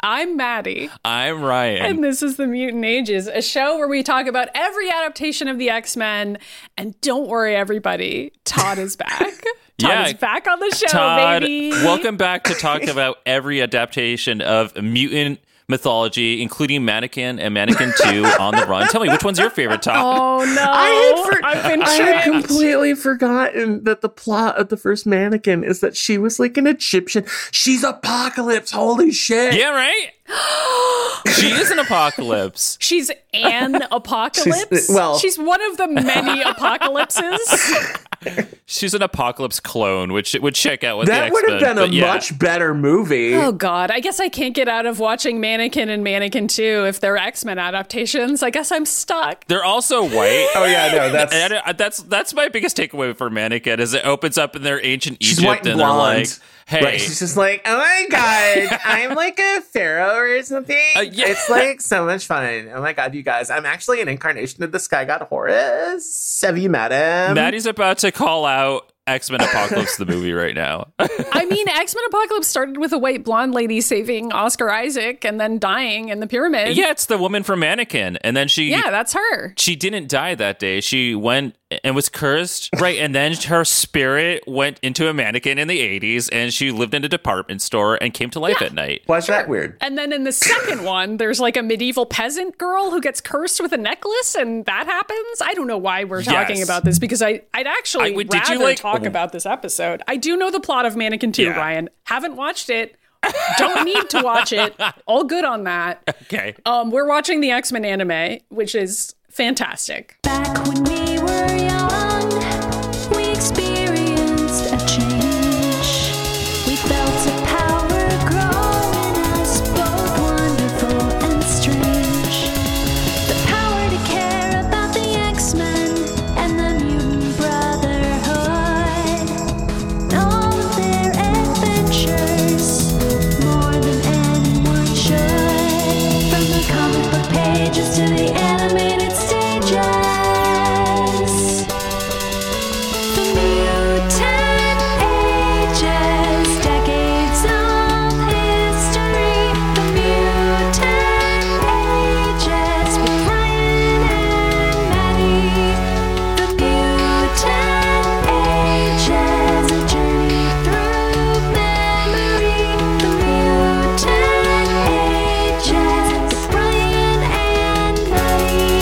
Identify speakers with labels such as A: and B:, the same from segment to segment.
A: I'm Maddie,
B: I'm Ryan.
A: and this is The Mutant Ages, a show where we talk about every adaptation of the X Men. And don't worry, everybody, Todd is back. Todd
B: Yeah.
A: is back on the show,
B: Todd,
A: baby.
B: welcome back to talk about every adaptation of mutant mythology, including Mannequin and Mannequin 2 on the Run. Tell me, which one's your favorite, Todd?
A: Oh no!
C: I had, for-
A: I've been
C: I had
A: tricked.
C: completely forgotten that the plot of the first mannequin is that she was like an Egyptian. She's apocalypse. Holy shit.
B: Yeah, right? she is an apocalypse.
A: She's an apocalypse.
C: She's- well-
A: she's one of the many apocalypses.
B: She's an apocalypse clone, which it would check out with
C: That
B: the
C: would have
B: X-Men,
C: been a
B: but yeah.
C: much better movie.
A: oh God! I guess I can't get out of watching Mannequin and Mannequin Two if they're X Men adaptations. I guess I'm stuck.
B: They're also white.
C: Oh, yeah, no, that's
B: And I- that's that's my biggest takeaway for Mannequin is it opens up in their ancient
C: she's white
B: Egypt
C: and
B: and they're
C: blonde.
B: like, hey,
C: Right, she's just like, oh my god, I'm like a pharaoh or something.
B: Uh, yeah.
C: It's like so much fun. Oh my god, you guys, I'm actually an incarnation of the sky god Horus. Have you met him?
B: Maddie's about to call out X-Men Apocalypse the movie right now.
A: I mean, X Men Apocalypse started with a white blonde lady saving Oscar Isaac and then dying in the pyramid.
B: yeah, it's the woman from Mannequin. And then she
A: yeah, that's her.
B: she didn't die that day. She went and was cursed, right? And then her spirit went into a mannequin in the 80s and she lived in a department store and came to life at night.
C: Was that weird?
A: And then in the second one, there's like a medieval peasant girl who gets cursed with a necklace, and that happens. I don't know why we're talking
B: Yes.
A: about this because I, I'd actually
B: I would- did
A: rather
B: you, like-
A: talk about this episode. I do know the plot of Mannequin 2,
B: Yeah.
A: Ryan. Haven't watched it. Don't need to watch it. All good on that.
B: Okay.
A: Um, we're watching the X Men anime, which is fantastic.
D: Back when we were young, we experienced a change. We felt a power grow in us, both wonderful and strange. The power to care about the X Men and the mutant brotherhood. All of their adventures, more than anyone should. From the comic book pages to the animated stages. The mutant ages, decades of history. The mutant ages with Ryan and Maddie. The mutant ages, a journey through memory. The mutant ages with Ryan and Maddie.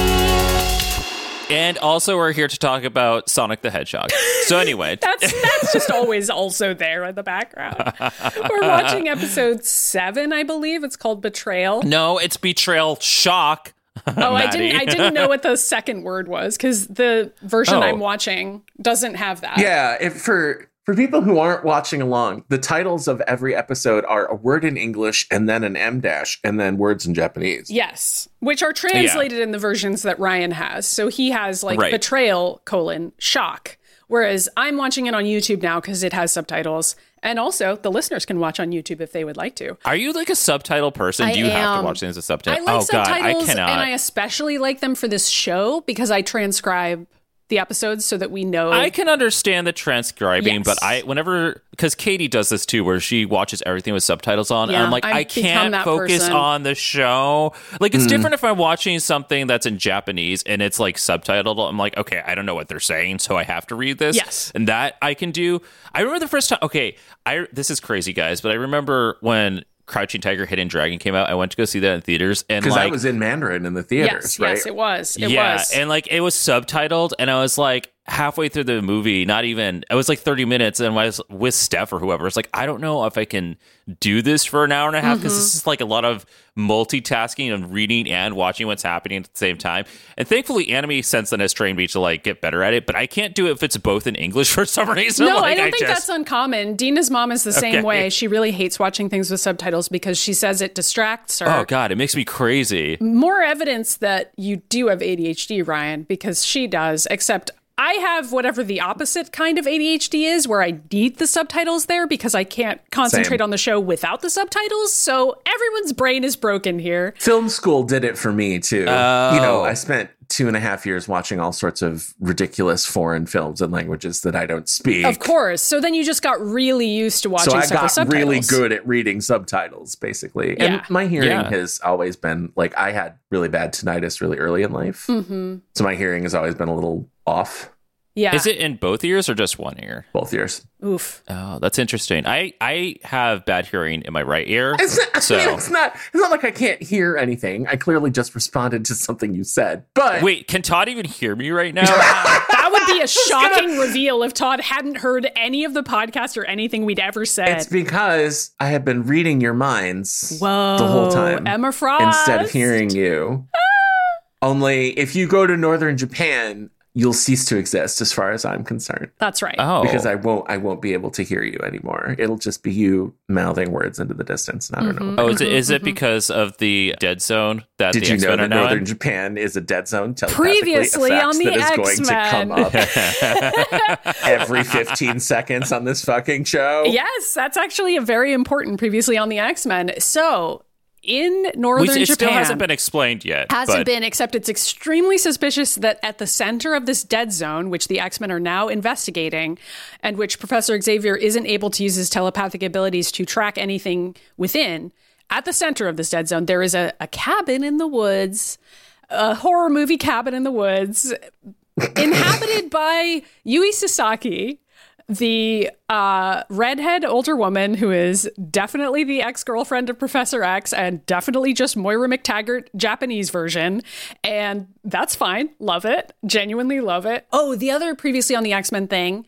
B: And also, we're here to talk about Sonic the Hedgehog. So, anyway,
A: That's that's just always also there in the background. We're watching episode seven, I believe. It's called Betrayal.
B: no, it's Betrayal Shock.
A: oh, I didn't I didn't know what the second word was because the version
B: Oh.
A: I'm watching doesn't have that.
C: Yeah, if for for people who aren't watching along, the titles of every episode are a word in English and then an M dash and then words in Japanese.
A: Yes, which are translated in the versions that Ryan has. So he has like
B: Right.
A: betrayal colon shock, whereas I'm watching it on YouTube now because it has subtitles, and also the listeners can watch on YouTube if they would like to.
B: Are you like a subtitle person?
A: I
B: Do you have
A: am.
B: to watch things with subtitles?
A: I like
B: oh, God, I
A: subtitles,
B: cannot.
A: and I especially like them for this show because I transcribe the episodes so that we know.
B: I can understand the transcribing,
A: Yes.
B: but I whenever because Katie does this too, where she watches everything with subtitles on, and
A: Yeah,
B: I'm like,
A: I've
B: I
A: become
B: can't
A: that
B: focus
A: person.
B: on the show. Like
C: Hmm.
B: it's different if I'm watching something that's in Japanese and it's like subtitled. I'm like, okay, I don't know what they're saying, so I have to read this.
A: Yes.
B: and that I can do. I remember the first time. Okay, I this is crazy, guys, but I remember when. Crouching Tiger, Hidden Dragon came out. I went to go see that in theaters, and
C: Because
B: like
C: I was in Mandarin in the
A: yes,
C: theaters, right?
A: yes, it was. It
B: yeah,
A: was.
B: and like it was subtitled, and I was like halfway through the movie, not even. It was like thirty minutes, and I was with Steph or whoever. It's like I don't know if I can do this for an hour and a half because
A: Mm-hmm.
B: this is like a lot of multitasking and reading and watching what's happening at the same time. And thankfully, anime since then has trained me to like get better at it, but I can't do it if it's both in English for some reason.
A: no, I
B: Like,
A: don't think
B: just-
A: that's uncommon. Dina's mom is the same
B: Okay.
A: way. She really hates watching things with subtitles because she says it distracts her.
B: Oh god, it makes me crazy.
A: More evidence that you do have ADHD, Ryan, because she does, except I have whatever the opposite kind of ADHD is, where I need the subtitles there because I can't concentrate
C: Same.
A: on the show without the subtitles. So everyone's brain is broken here.
B: Oh.
C: Film school did it for me too. You know, I spent two and a half years watching all sorts of ridiculous foreign films and languages that I don't speak.
A: Of course. So then you just got really used to watching
C: So I
A: stuff with
C: got
A: subtitles.
C: really good at reading subtitles, basically. And
A: Yeah.
C: my hearing
B: Yeah.
C: has always been like I had really bad tinnitus really early in life.
A: Mm-hmm.
C: So my hearing has always been a little off
A: Yeah.
B: Is it in both ears or just one ear?
C: both years.
A: Oof.
B: Oh, that's interesting. I I have bad hearing in my right ear.
C: It's not,
B: So-
C: it's not it's not like I can't hear anything. I clearly just responded to something you said. But
B: Wait, can Todd even hear me right now?
A: That would be a shocking reveal if Todd hadn't heard any of the podcast or anything we'd ever said.
C: it's because I have been reading your minds
A: Whoa,
C: the whole time
A: Emma Frost. Ah.
C: instead of hearing you. Only if you go to northern Japan, you'll cease to exist as far as I'm concerned.
A: That's right.
B: oh,
C: Because I won't I won't be able to hear you anymore. It'll just be you mouthing words into the distance and I don't
A: Mm-hmm.
C: know.
B: oh, is it, is it because of the dead zone that
C: Did
B: the
C: you
B: X Men
C: know
B: are
C: that
B: now
C: Northern
B: in?
C: Japan is a dead zone? telepathically?
A: Previously
C: A fact
A: on the
C: that is going to
A: X-Men.
C: come up every 15 seconds on this fucking show.
A: Yes, that's actually a very important previously on the X Men. So in
B: We-
A: northern
B: it
A: Japan,
B: still hasn't been explained yet.
A: hasn't
B: but-
A: been, except it's extremely suspicious that at the center of this dead zone, which the X Men are now investigating, and which Professor Xavier isn't able to use his telepathic abilities to track anything within, at the center of this dead zone, there is a, a cabin in the woods, a horror movie cabin in the woods, inhabited by Yui Sasaki. The uh, redhead older woman who is definitely the ex girlfriend of Professor X and definitely just Moira McTaggart Japanese version. And that's fine. Love it. Genuinely love it. Oh, the other previously on the X Men thing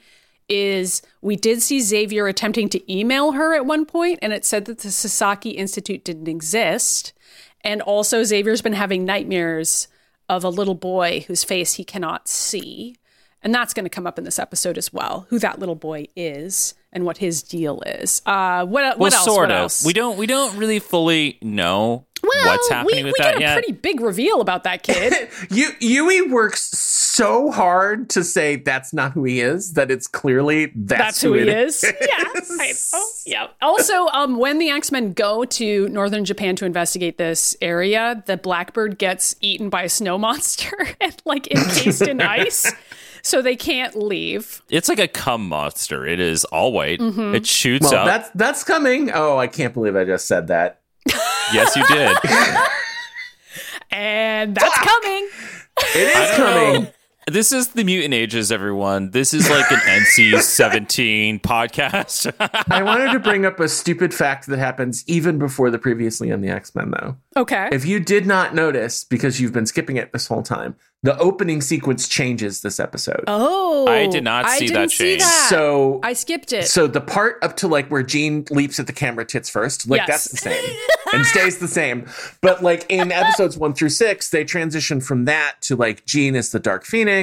A: is we did see Xavier attempting to email her at one point, and it said that the Sasaki Institute didn't exist. And also, Xavier's been having nightmares of a little boy whose face he cannot see. And that's going to come up in this episode as well who that little boy is and what his deal is. Uh, what,
B: Well,
A: what else?
B: sort
A: what
B: of.
A: else?
B: We don't. We don't really fully know
A: Well,
B: what's
A: we,
B: happening with
A: we
B: that
A: got a
B: yet.
A: pretty big reveal about that kid.
C: You Yui works so hard to say that's not who he is that it's clearly that's,
A: That's who he
C: it
A: is. Yeah. I know. Yeah. Also, um, when the X Men go to northern Japan to investigate this area, the blackbird gets eaten by a snow monster and like encased in ice, so they can't leave.
B: It's like a cum monster. It is all white.
A: Mm-hmm.
B: It shoots
C: Well,
B: up.
C: Oh, that's that's coming. Oh, I can't believe I just said that.
B: yes, you did.
A: And that's coming.
C: It is
B: coming.
C: coming.
B: This is the Mutant Ages, everyone. This is like an NC seventeen podcast.
C: I wanted to bring up a stupid fact that happens even before the previously on the X Men, though.
A: Okay.
C: If you did not notice, because you've been skipping it this whole time, the opening sequence changes this episode.
A: oh,
B: I did not
A: I
B: see
A: didn't
B: that
A: see
B: change.
A: that.
C: So
A: I skipped it.
C: So the part up to like where Jean leaps at the camera tits first, like
A: Yes.
C: that's the same and stays the same. But like in episodes one through six, they transition from that to like Jean is the Dark Phoenix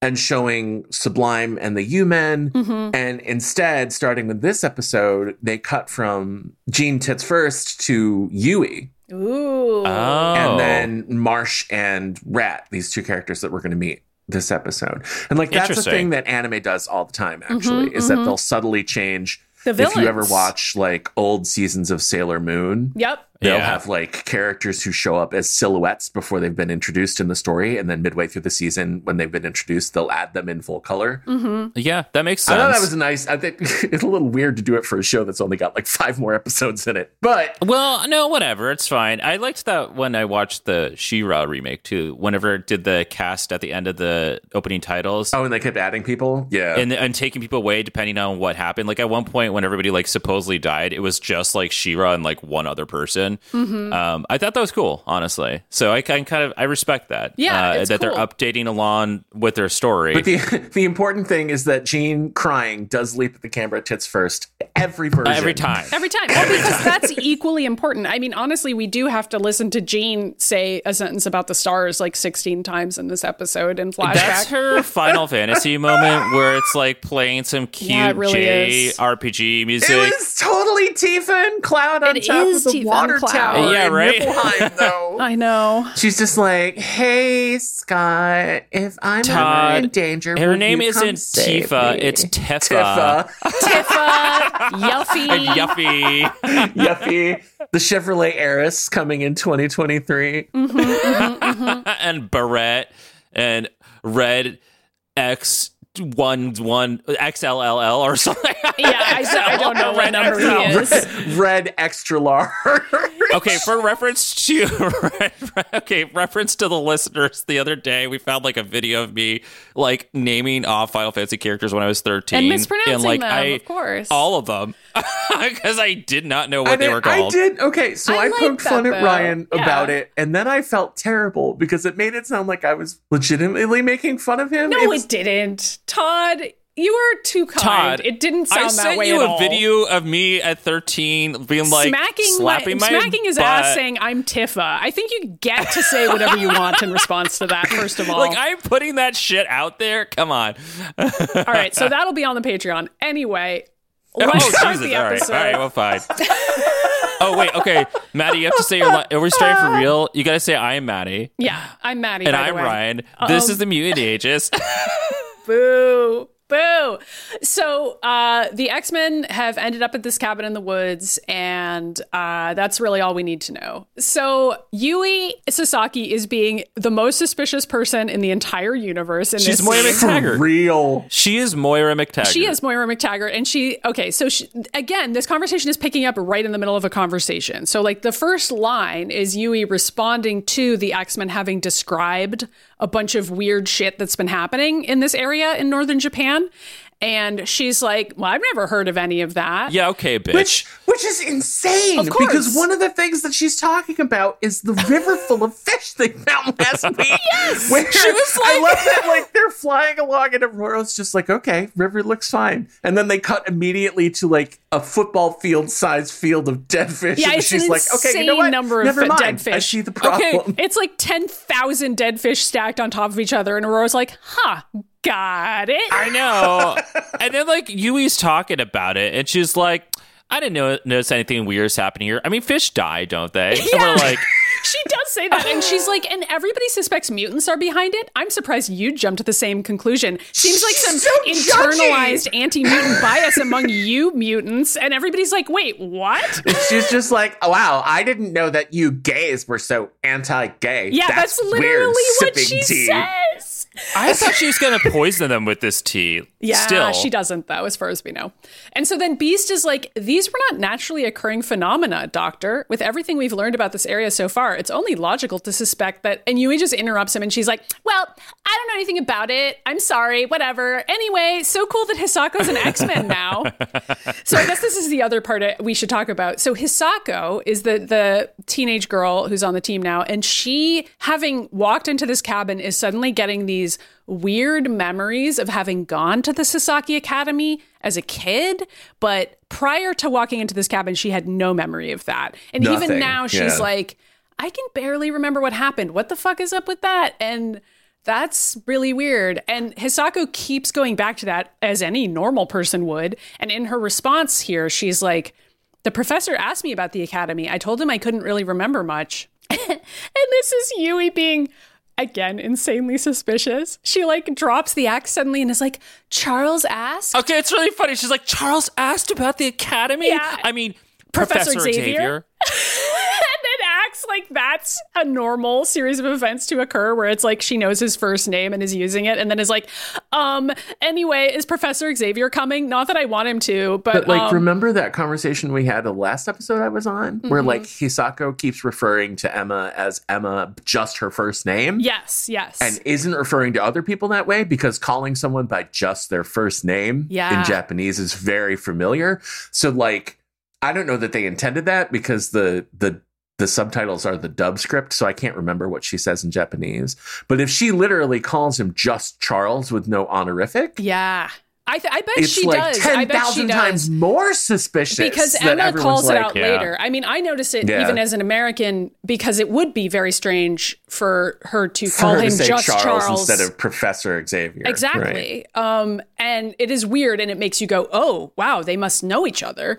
C: and showing Sublime and the U Men.
A: Mm-hmm.
C: And instead, starting with this episode, they cut from Jean tits first to Yui
A: Ooh.
B: oh,
C: and then Marsh and Rat, these two characters that we're going to meet this episode. And like that's a
B: Interesting.
C: thing that anime does all the time actually is that they'll subtly change
A: Mm-hmm, The
C: if you ever
A: villains.
C: watch like old seasons of Sailor Moon,
A: yep.
C: they'll
B: Yeah.
C: have like characters who show up as silhouettes before they've been introduced in the story and then midway through the season when they've been introduced, they'll add them in full color.
A: Mm-hmm.
B: yeah, that makes
C: I
B: sense.
C: thought that was a nice I think it's a little weird to do it for a show that's only got like 5 more episodes in it. But
A: Um,
B: Well, no, whatever. It's fine. I liked that when I watched the She-Ra remake too. Whenever it did the cast at the end of the opening titles.
C: oh and they kept adding people. Yeah.
B: And, and taking people away depending on what happened. Like at one point when everybody like supposedly died, it was just like Shira and like one other person.
A: Mm-hmm.
B: Um, I thought that was cool, honestly. So I can kind of I respect that.
A: Yeah,
B: uh,
A: it's
B: that
A: cool.
B: they're updating along with their story.
C: But the the important thing is that Jean crying does leap at the camera tits first every version.
B: every time.
A: Every time. Well, because that's equally important. I mean, honestly, we do have to listen to Jean say a sentence about the stars like 16 times in this episode in flashback.
B: That's her Final Fantasy moment where it's like playing some cute
A: Yeah, it really is.
B: JRPG music.
C: It was totally Tifa and Cloud on
D: It
C: top
D: is
C: of the
D: Tifa and
C: water
A: cloud.
C: tower
B: Yeah,
C: in
B: right.
C: Niflheim, though.
A: I know.
C: She's just like, hey, Scott, if I'm ever in
B: Todd.
C: danger,
B: Her
C: will
B: name
C: you come
B: isn't
C: save
B: Tifa,
C: me?"
B: it's Tifa.
C: Tifa.
A: Tifa, Yelfie.
B: Yuffie.
C: Yuffie, the Chevrolet heiress coming in 2023.
B: and Barrett and Red X one one XLLL or something.
A: Yeah, I, don't- I don't know what number he is.
C: Red extra large.
B: okay, for reference to okay, reference to the listeners, the other day we found like a video of me like naming off Final Fantasy characters when I was thirteen
A: And mispronouncing
B: and, like,
A: them,
B: I,
A: of course.
B: all of them because I did not know what
C: I,
B: they
C: mean,
B: were
C: I
B: called.
C: did okay, so
A: I
C: I,
A: like
C: poked
A: that,
C: fun
A: though.
C: at Ryan
A: Yeah.
C: about it, and then I felt terrible because it made it sound like I was legitimately making fun of him.
A: No,
C: It's-
A: it didn't. Todd, you were too kind.
B: Todd,
A: it didn't
B: I
A: sound that
B: sent
A: way
B: you
A: at
B: a
A: all.
B: video of me at 13 being like
A: smacking
B: slapping
A: my,
B: my
A: smacking his
B: butt.
A: ass, saying "I'm Tifa." I think you get to say whatever you want in response to that. First of all,
B: Like I'm putting that shit out there. Come on.
A: all right, so that'll be on the Patreon anyway. Let's start the
B: Oh, All right.
A: episode.
B: All right. Well, fine. oh wait. Okay, Maddie, you have to say your. Li- Are we starting for real? You got to say I am Maddie
A: Yeah, I'm Maddie.
B: and
A: Uh, by the
B: I'm
A: way.
B: Ryan. This
A: Uh-oh.
B: is the Mutant Ages.
A: Boo. Boo. So uh, the X Men have ended up at this cabin in the woods, and uh, that's really all we need to know. So Yui Sasaki is being the most suspicious person in the entire universe. In
B: She's
A: this
B: Moira
A: scene.
B: McTaggart.
C: real.
B: she is Moira McTaggart.
A: She is Moira McTaggart, and she okay. So she, again, this conversation is picking up right in the middle of a conversation. So like the first line is Yui responding to the X Men having described a bunch of weird shit that's been happening in this area in northern Japan, and she's like, "Well, I've never heard of any of that."
B: Yeah. Okay, bitch.
C: Which which is insane
A: Of course.
C: because one of the things that she's talking about is the river full of fish they found last week. yes, she was like, I love that like they're flying along and Aurora's just like, okay, river looks fine, and then they cut immediately to like a football field sized field of dead fish.
A: Yeah,
C: and
A: it's
C: she's
A: an
C: like, okay, you know
A: insane
C: what?
A: number of
C: Never
A: fi-
C: mind.
A: dead
C: I
A: fish.
C: see the problem.
A: It's like 10,000 dead fish stacked on top of each other. And Aurora's like, huh, got it.
B: I know. and then like Yui's talking about it, and she's like, I didn't know- notice anything weird is happening here. I mean, fish die, don't they? And
A: Yeah.
B: we're like,
A: She does say that, and she's like, and everybody suspects mutants are behind it. I'm surprised you jumped to the same conclusion. Seems like some
C: So judgy.
A: internalized anti-mutant bias among you mutants, and everybody's like, wait, what?
C: She's just like, oh, wow, I didn't know that you gays were so anti-gay.
A: Yeah, that's, literally
C: weird.
A: what
C: Sipping
A: she
C: tea.
A: says.
B: I thought she was gonna poison them with this tea.
A: Yeah,
B: Still.
A: she doesn't, though, as far as we know. And so then Beast is like, these were not naturally occurring phenomena, Doctor. With everything we've learned about this area so far, it's only logical to suspect that. And Yui just interrupts him and she's like, well, I don't know anything about it. I'm sorry, whatever. Anyway, so cool that Hisako's an X Men now. So I guess this is the other part I- we should talk about. So Hisako is the the teenage girl who's on the team now, and she, having walked into this cabin, is suddenly getting these weird memories of having gone to the Sasaki Academy as a kid, but prior to walking into this cabin, she had no memory of that. And even
C: Nothing,
A: now, she's
C: yeah.
A: like, I can barely remember what happened. What the fuck is up with that? And that's really weird. And Hisako keeps going back to that as any normal person would. And in her response here, she's like, The professor asked me about the academy. I told him I couldn't really remember much. and this is Yui being. Again, insanely suspicious. She like drops the axe suddenly and is like, Charles asked.
B: Okay, it's really funny. She's like, Charles asked about the academy.
A: Yeah.
B: I mean,
A: Professor
B: Professor,
A: Xavier.
B: Xavier.
A: and it acts like that's a normal series of events to occur where it's like she knows his first name and is using it and then is like um anyway is professor xavier coming not that i want him to but,
C: But like,
A: um,
C: remember that conversation we had the last episode I was on, where like
A: Mm-hmm.
C: Hisako keeps referring to Emma as Emma, just her first name,
A: yes yes
C: and isn't referring to other people that way because calling someone by just their first name
A: Yeah.
C: in Japanese is very familiar. So like, I don't know that they intended that because the the the subtitles are the dub script, so I can't remember what she says in Japanese. But if she literally calls him just Charles with no honorific,
A: yeah i th- i bet
C: it's
A: she
C: like
A: does i
C: ten
A: bet she
C: thousand
A: does
C: times more suspicious
A: because
C: that
A: Emma
C: everyone's
A: calls it
C: like,
A: out
B: yeah.
A: later. I mean, I notice it
C: Yeah.
A: even as an American because it would be very strange for her to
C: for
A: call
C: her to
A: him
C: say
A: just
C: Charles, instead of Professor Xavier. right?
A: Exactly. Um, and it is weird and it makes you go, oh, wow, they must know each other.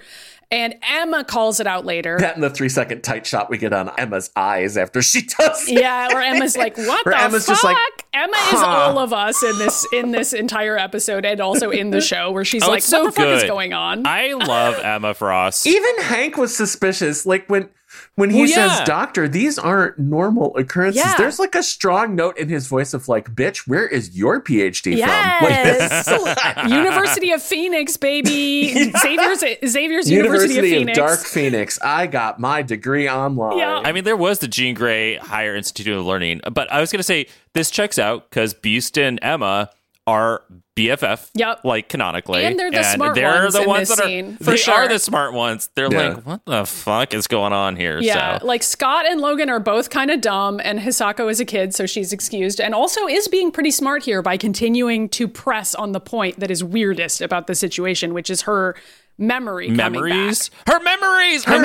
A: And Emma calls it out later.
C: That and the three second tight shot we get on Emma's eyes after she does it.
A: Yeah, where Emma's like, "What
C: Where
A: the
C: Emma's
A: fuck?"
C: just like,
A: Emma is
C: "Huh."
A: all of us in this in this entire episode, and also in the show, where she's
B: Oh,
A: like,
B: it's so
A: "What the fuck is
B: good.
A: going on?"
B: I love Emma Frost.
C: Even Hank was suspicious. Like when when he
B: Well,
C: says,
B: yeah.
C: Doctor, these aren't normal occurrences.
A: Yeah.
C: There's like a strong note in his voice of like, bitch, where is your PhD from? Like,
A: Yes, University of Phoenix, baby. Xavier's Xavier's University,
C: University,
A: of
C: of,
A: Phoenix.
C: Dark Phoenix. I got my degree online.
A: Yeah.
B: I mean, there was the Jean Grey Higher Institute of Learning, but I was going to say this checks out because Beast and Emma are BFF,
A: Yep.
B: like canonically,
A: And they're the smart
B: they're
A: ones
B: the
A: in
B: ones
A: this
B: that
A: scene,
B: are
A: for
B: they
A: sure.
B: are the smart ones. They're
C: Yeah.
B: like, what the fuck is going on here?
A: Yeah,
B: so.
A: like Scott and Logan are both kind of dumb, and Hisako is a kid, so she's excused, and also is being pretty smart here by continuing to press on the point that is weirdest about the situation, which is her memory. coming back.
B: Memories, her memories, her,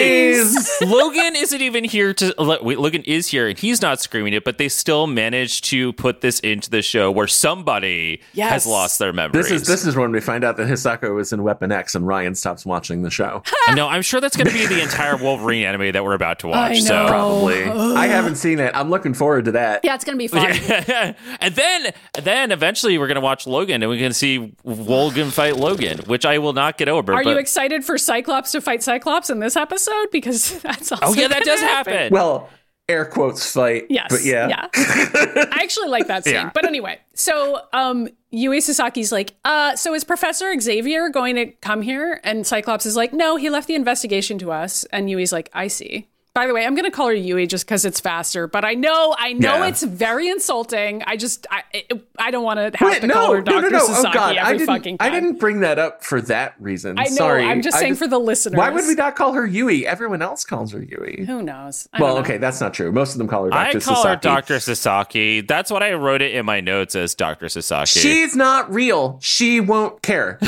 C: memories.
B: Logan isn't even here to. look, Wait, Logan is here, and he's not screaming it, but they still managed to put this into the show where somebody
A: Yes.
B: has lost their memories.
C: This is this is when we find out that Hisako was in Weapon X and Ryan stops watching the show.
B: No, I'm sure that's going to be the entire Wolverine anime that we're about to watch.
A: I
B: So.
A: know.
C: Probably. I haven't seen it. I'm looking forward to that.
A: Oh. Yeah, it's gonna be fun.
B: and then then eventually we're gonna watch Logan and we're gonna see Logan fight Logan, which I will not get over.
A: Are
B: but,
A: you excited for Cyclops to fight Cyclops in this episode? Because that's also
B: Oh yeah,
A: gonna
B: that does happen.
C: Well, air quotes fight.
A: Yes.
C: But yeah.
A: I actually like that scene.
B: Yeah.
A: But anyway, so um Yui Sasaki's like, uh, so is Professor Xavier going to come here? And Cyclops is like, no, he left the investigation to us. And Yui's like, I see. By the way, I'm going to call her Yui just because it's faster. But I know, I know
C: Yeah.
A: it's very insulting. I just, I, it, I don't want to have
C: Wait,
A: to call her Doctor Sasaki
C: Oh, I
A: every
C: didn't,
A: fucking time.
C: I didn't bring that up for that reason.
A: I know.
C: Sorry.
A: I'm just
C: I
A: saying for the listeners.
C: Why would we not call her Yui? Everyone else calls her Yui.
A: Who knows? I
C: Well,
A: don't know.
C: okay, that's not true. Most of them call her
B: I
C: Dr.
B: call her
C: Sasaki.
B: Doctor Sasaki. That's what I wrote it in my notes as Doctor Sasaki.
C: She's not real. She won't care.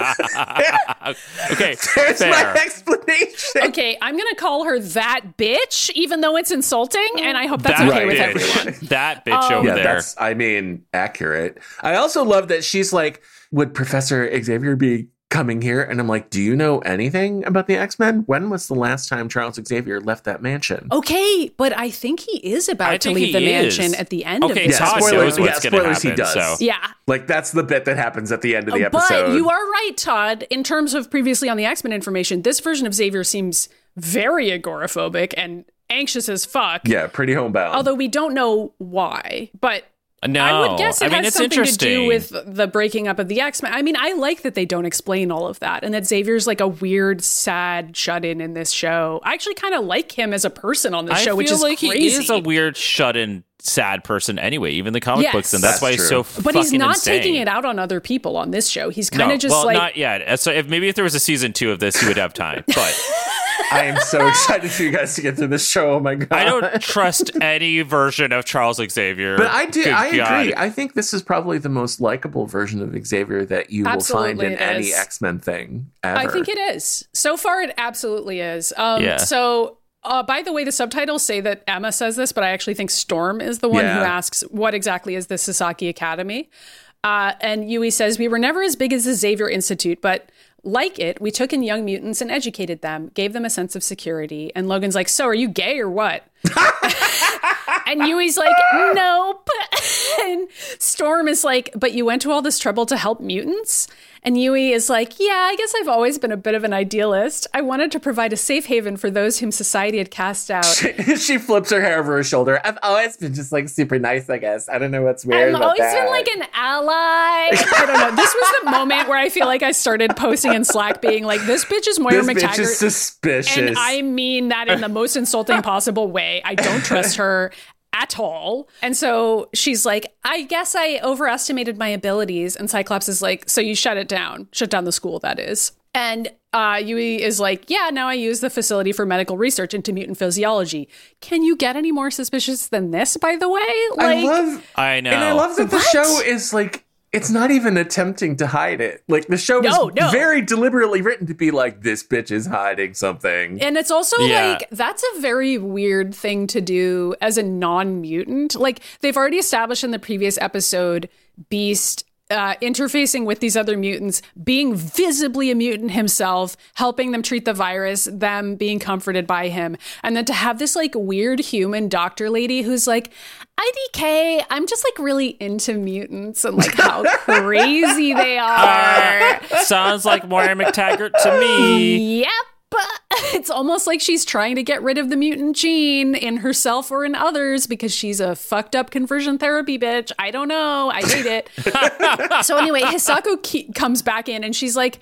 B: okay,
C: There's
B: fair.
C: my explanation.
A: Okay, I'm gonna call her that bitch, even though it's insulting, and I hope that's
B: that
A: okay with
B: bitch.
A: everyone. Oh,
B: That bitch over
C: yeah,
B: there.
C: that's I mean accurate. I also love that she's like, would Professor Xavier be coming here? And I'm like, do you know anything about the X Men? When was the last time Charles Xavier left that mansion?
A: Oh. Okay, but I think he is about
B: I
A: to
B: think
A: leave
B: he
A: the
B: is.
A: mansion at the end of
B: Okay,
A: this.
B: Todd
A: episode.
B: knows
C: Spoilers-
B: what's
C: yeah,
B: going to
C: spoilers he
B: happen.
C: does.
B: So
A: Yeah.
C: Like that's the bit that happens at the end of the episode.
A: Oh, But you are right, Todd. In terms of previously on the X Men information, this version of Xavier seems very agoraphobic and anxious as fuck.
C: yeah, pretty homebound.
A: Although we don't know why, but
B: no,
A: I would guess it
B: Oh, I mean
A: has
B: it's
A: something to
B: interesting.
A: do with the breaking up of the X Men. I mean, I like that they don't explain all of that, and that Xavier's like a weird, sad shut in in this show. I actually kind of like him as a person on this
B: I
A: show,
B: feel
A: which is
B: like
A: crazy.
B: he is a weird shut-in, sad person anyway. Even the comic
A: Yes.
B: books, and that's,
C: That's
B: why he's so.
C: true.
A: but he's
B: fucking
A: not
B: insane.
A: taking it out on other people on this show. He's kind of just
B: well,
A: like,
B: not yet. Uh, So if maybe if there was a season two of this, you would have time. But
C: I am so excited for you guys to get through this show. Oh my god.
B: I don't trust any version of Charles Xavier.
C: But I do.
B: Good
C: I
B: God.
C: agree. I think this is probably the most likable version of Xavier that you will
A: Absolutely
C: find in
A: it
C: any
A: is.
C: X Men thing ever.
A: I think it is. So far, it absolutely is. Um,
B: Yeah.
A: So, uh, by the way, the subtitles say that Emma says this, but I actually think Storm is the one who
C: Yeah.
A: asks, What exactly is the Sasaki Academy? Uh, and Yui says, We were never as big as the Xavier Institute, but like it, we took in young mutants and educated them, gave them a sense of security. And Logan's like, So are you gay or what? And Yui's like, nope. and Storm is like, but you went to all this trouble to help mutants? And Yui is like, yeah, I guess I've always been a bit of an idealist. I wanted to provide a safe haven for those whom society had cast out.
C: she flips her hair over her shoulder. I've always been just like super nice, I guess. I don't know what's weird.
A: I've
C: about
A: always
C: that.
A: been like an ally. I don't know. This was the moment where I feel like I started posting in Slack being like, this bitch is Moira
C: this bitch is
A: McTaggart.
C: suspicious.
A: And I mean that in the most insulting possible way. I don't trust her at all. And so she's like, I guess I overestimated my abilities. And Cyclops is like, So you shut it down, shut down the school, that is. And uh, Yui is like, Yeah, now I use the facility for medical research into mutant physiology. Can you get any more suspicious than this, by the way?
C: I love
B: I know.
C: and I love that the
A: What?
C: show is like it's not even attempting to hide it. Like the show
A: No,
C: is
A: no.
C: very deliberately written to be like this bitch is hiding something.
A: And it's also
B: Yeah.
A: like that's a very weird thing to do as a non mutant. Like they've already established in the previous episode, Beast uh, interfacing with these other mutants, being visibly a mutant himself, helping them treat the virus, them being comforted by him. And then to have this like weird human doctor lady who's like, IDK, I'm just like really into mutants and like how crazy they are.
B: Sounds like Moira McTaggart to me.
A: Yep. It's almost like she's trying to get rid of the mutant gene in herself or in others because she's a fucked up conversion therapy bitch. I don't know. I hate it. so anyway, Hisako ke- comes back in and she's like,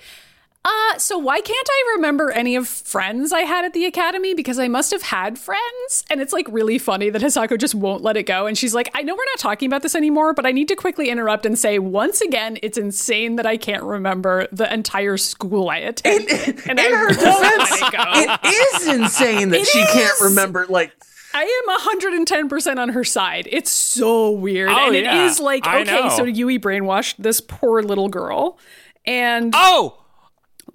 A: uh, so why can't I remember any of friends I had at the academy? Because I must have had friends. And it's like really funny that Hisako just won't let it go. And she's like, I know we're not talking about this anymore, but I need to quickly interrupt and say once again, it's insane that I can't remember the entire school I attended. and I
C: in her
A: won't
C: defense,
A: let it go.
C: it is insane that she can't remember. Like,
A: I am 110% on her side. It's so weird.
B: Oh,
A: and it
B: yeah.
A: is like,
B: I
A: okay,
B: know.
A: so Yui brainwashed this poor little girl. And
B: Oh,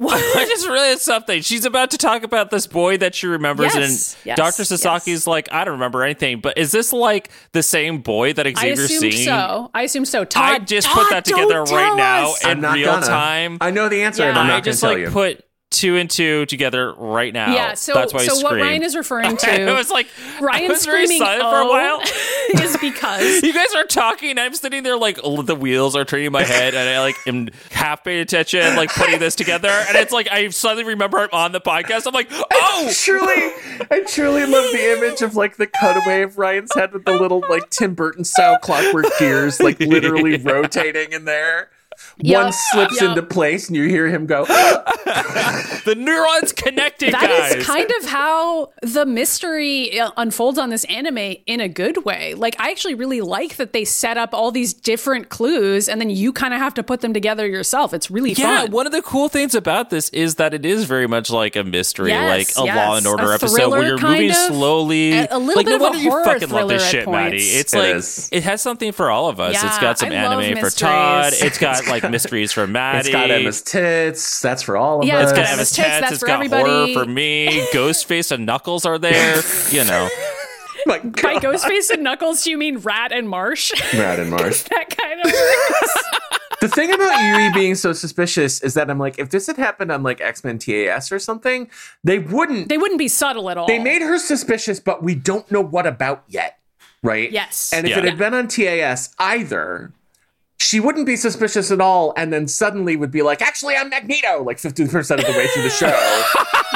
B: I just realized something. She's about to talk about this boy that she remembers,
A: Yes,
B: and
A: yes,
B: Doctor Sasaki's like, I don't remember anything. But is this like the same boy that
A: I
B: Xavier's
A: assume
B: seeing?
A: so. I assume so. Todd,
B: I just
A: Todd,
B: put that together
A: don't tell
B: right now
A: us.
B: in
C: I'm not
B: real
C: gonna.
B: time.
C: I know the answer, and
A: Yeah.
C: I'm
A: I
C: not going to
B: just
C: tell
B: like
C: you.
B: put two and two together right now.
A: Yeah, so
B: that's why I
A: so what
B: screamed.
A: Ryan is referring
B: I
A: to
B: was like, I
A: Ryan's
B: was very
A: screaming
B: silent for a while.
A: "Oh," is because
B: You guys are talking. and I'm sitting there like l- the wheels are turning in my head, and I like am half paying attention, like putting this together. And it's like I suddenly remember I'm on the podcast. I'm like, oh,
C: truly, I truly love the image of like the cutaway of Ryan's head with the little like Tim Burton style clockwork gears, like literally rotating in there. One
A: Yep.
C: slips
A: Yep.
C: into place, and you hear him go.
B: the neurons connected,
A: that is
B: guys.
A: kind of how the mystery uh, unfolds on this anime in a good way. Like I actually really like that they set up all these different clues and then you kind of have to put them together yourself. It's really
B: yeah,
A: fun.
B: one of the cool things about this is that it is very much like a mystery,
A: Yes,
B: like a
A: yes.
B: Law and Order
A: A
B: episode,
A: thriller,
B: where you're
A: kind
B: moving
A: of.
B: slowly.
A: A- a little
B: like,
A: bit
B: no
A: of a
B: wonder you
A: horror
B: fucking love
A: thriller
B: this
A: at
B: shit, Maddie.
A: points.
B: It's
C: It
B: like
C: is.
B: it has something for all of us. it's
A: Yeah,
B: got some
A: I love
B: anime for
A: mysteries.
B: Todd. It's got like mysteries for Maddie.
C: It's got Emma's tits. That's for all of
A: Yeah, it's
C: us.
B: It's
A: got
B: got
A: Emma's
B: Emma's
A: tits,
B: tits.
A: that's
B: It's
A: for
B: got
A: everybody.
B: horror for me. Ghostface and Knuckles are there. You know,
C: My
A: By
C: God.
A: Ghostface and Knuckles, do you mean Rat and Marsh?
C: Brad and Marsh.
A: that kind of works.
C: The thing about Yui being so suspicious is that I'm like, if this had happened on like X Men TAS or something, they wouldn't. They,
A: they wouldn't be subtle at all.
C: made her suspicious, but we don't know what about yet, right?
A: Yes.
C: And if it
B: Yeah.
C: had been on TAS either, she wouldn't be suspicious at all, and then suddenly would be like, actually, I'm Magneto, like 50% of the way through the show,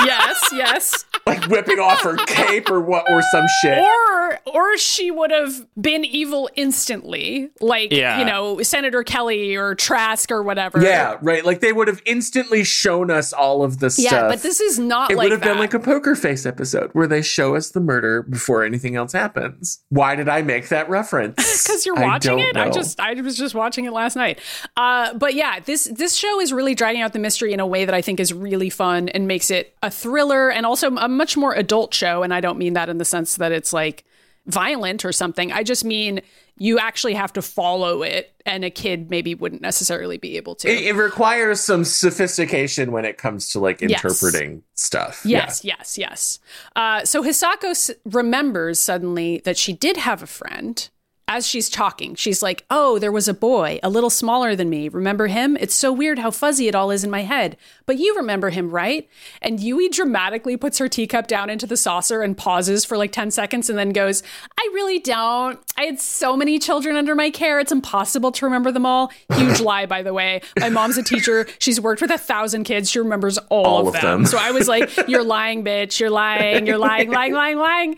A: yes, yes.
C: like whipping off her cape or what, or some shit.
A: or or she would have been evil instantly, like
B: Yeah.
A: you know Senator Kelly or Trask or whatever.
C: yeah, right. Like they would have instantly shown us all of the
A: yeah.
C: stuff.
A: But this is not
C: It
A: like
C: would have been
A: that.
C: like a poker face episode where they show us the murder before anything else happens. Why did I make that reference?
A: because you're
C: I
A: watching
C: don't
A: it. I
C: know.
A: just I was just watching it last night. Uh, but yeah, this this show is really dragging out the mystery in a way that I think is really fun and makes it a thriller and also a much more adult show. And I don't mean that in the sense that it's like violent or something. I just mean you actually have to follow it, and a kid maybe wouldn't necessarily be able to.
C: it, it requires some sophistication when it comes to like
A: Yes.
C: interpreting stuff.
A: Yes, yes, yes. Uh, so Hisako s- remembers suddenly that she did have a friend. As she's talking, she's like, Oh, there was a boy, a little smaller than me. Remember him? It's so weird how fuzzy it all is in my head. But you remember him, right? And Yui dramatically puts her teacup down into the saucer and pauses for like 10 seconds and then goes, I really don't. I had so many children under my care. It's impossible to remember them all. Huge lie, by the way. My mom's a teacher. She's worked with a thousand kids. She remembers all,
C: All
A: of them.
C: of them.
A: So I was like, "You're lying, bitch! You're lying! You're lying! lying! Lying! Lying!"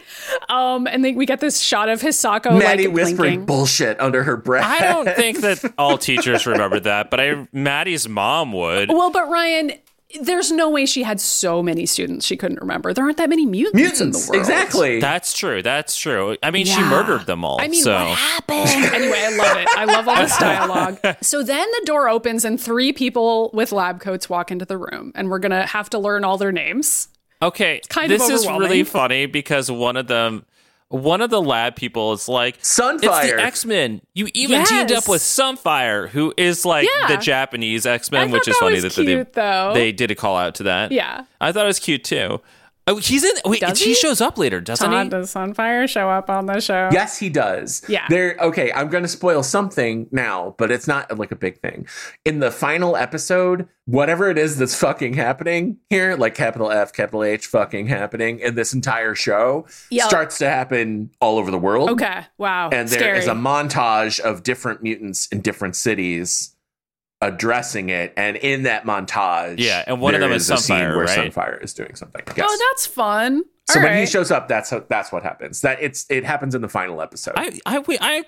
A: Um, and then we get this shot of Hisako
C: Maddie
A: like
C: whispering
A: blinking.
C: bullshit under her breath.
B: I don't think that all teachers remember that, but I Maddie's mom would.
A: well, but Ryan, there's no way she had so many students she couldn't remember. There aren't that many mutants, in the
C: Mutants,
A: world.
C: exactly.
B: That's true. That's true. I mean, she
A: Yeah.
B: murdered them all.
A: I mean,
B: so.
A: what happened? anyway, I love it. I love all this dialogue. So then the door opens and three people with lab coats walk into the room, and we're gonna have to learn all their names.
B: Okay,
A: kind of
B: this is really
A: overwhelming.
B: funny because one of them, one of the lab people is like It's
C: Sunfire."
B: the X Men. You even teamed
A: Yes.
B: up with Sunfire, who is like
A: Yeah.
B: the Japanese X
A: I
B: Men,
A: thought
B: which is
A: that
B: funny
A: was
B: that
A: cute,
B: they
A: though.
B: they did a call out to that.
A: Yeah.
B: I thought it was cute too. Oh, he's in. Wait,
A: Does
B: he?
A: he?
B: shows up later, doesn't
A: Todd
B: he?
A: does Sunfire show up on the show?
C: Yes, he does.
A: Yeah.
C: There. Okay, I'm going to spoil something now, but it's not like a big thing. In the final episode, whatever it is that's fucking happening here, like capital F, capital H, fucking happening in this entire show,
A: Yeah. Oh,
C: starts to happen all over the world.
A: Okay. Wow.
C: And there is
A: Scary.
C: a montage of different mutants in different cities addressing it, and in that montage,
B: Yeah, and one of
C: there
B: them is
C: a scene
B: Sunfire,
C: where
B: right?
C: Sunfire is doing something. Yes.
A: Oh, that's fun.
C: so
A: All
C: when he
A: right.
C: shows up, that's how, that's what happens. That it's it happens in the final episode.
B: I, I, wait, I.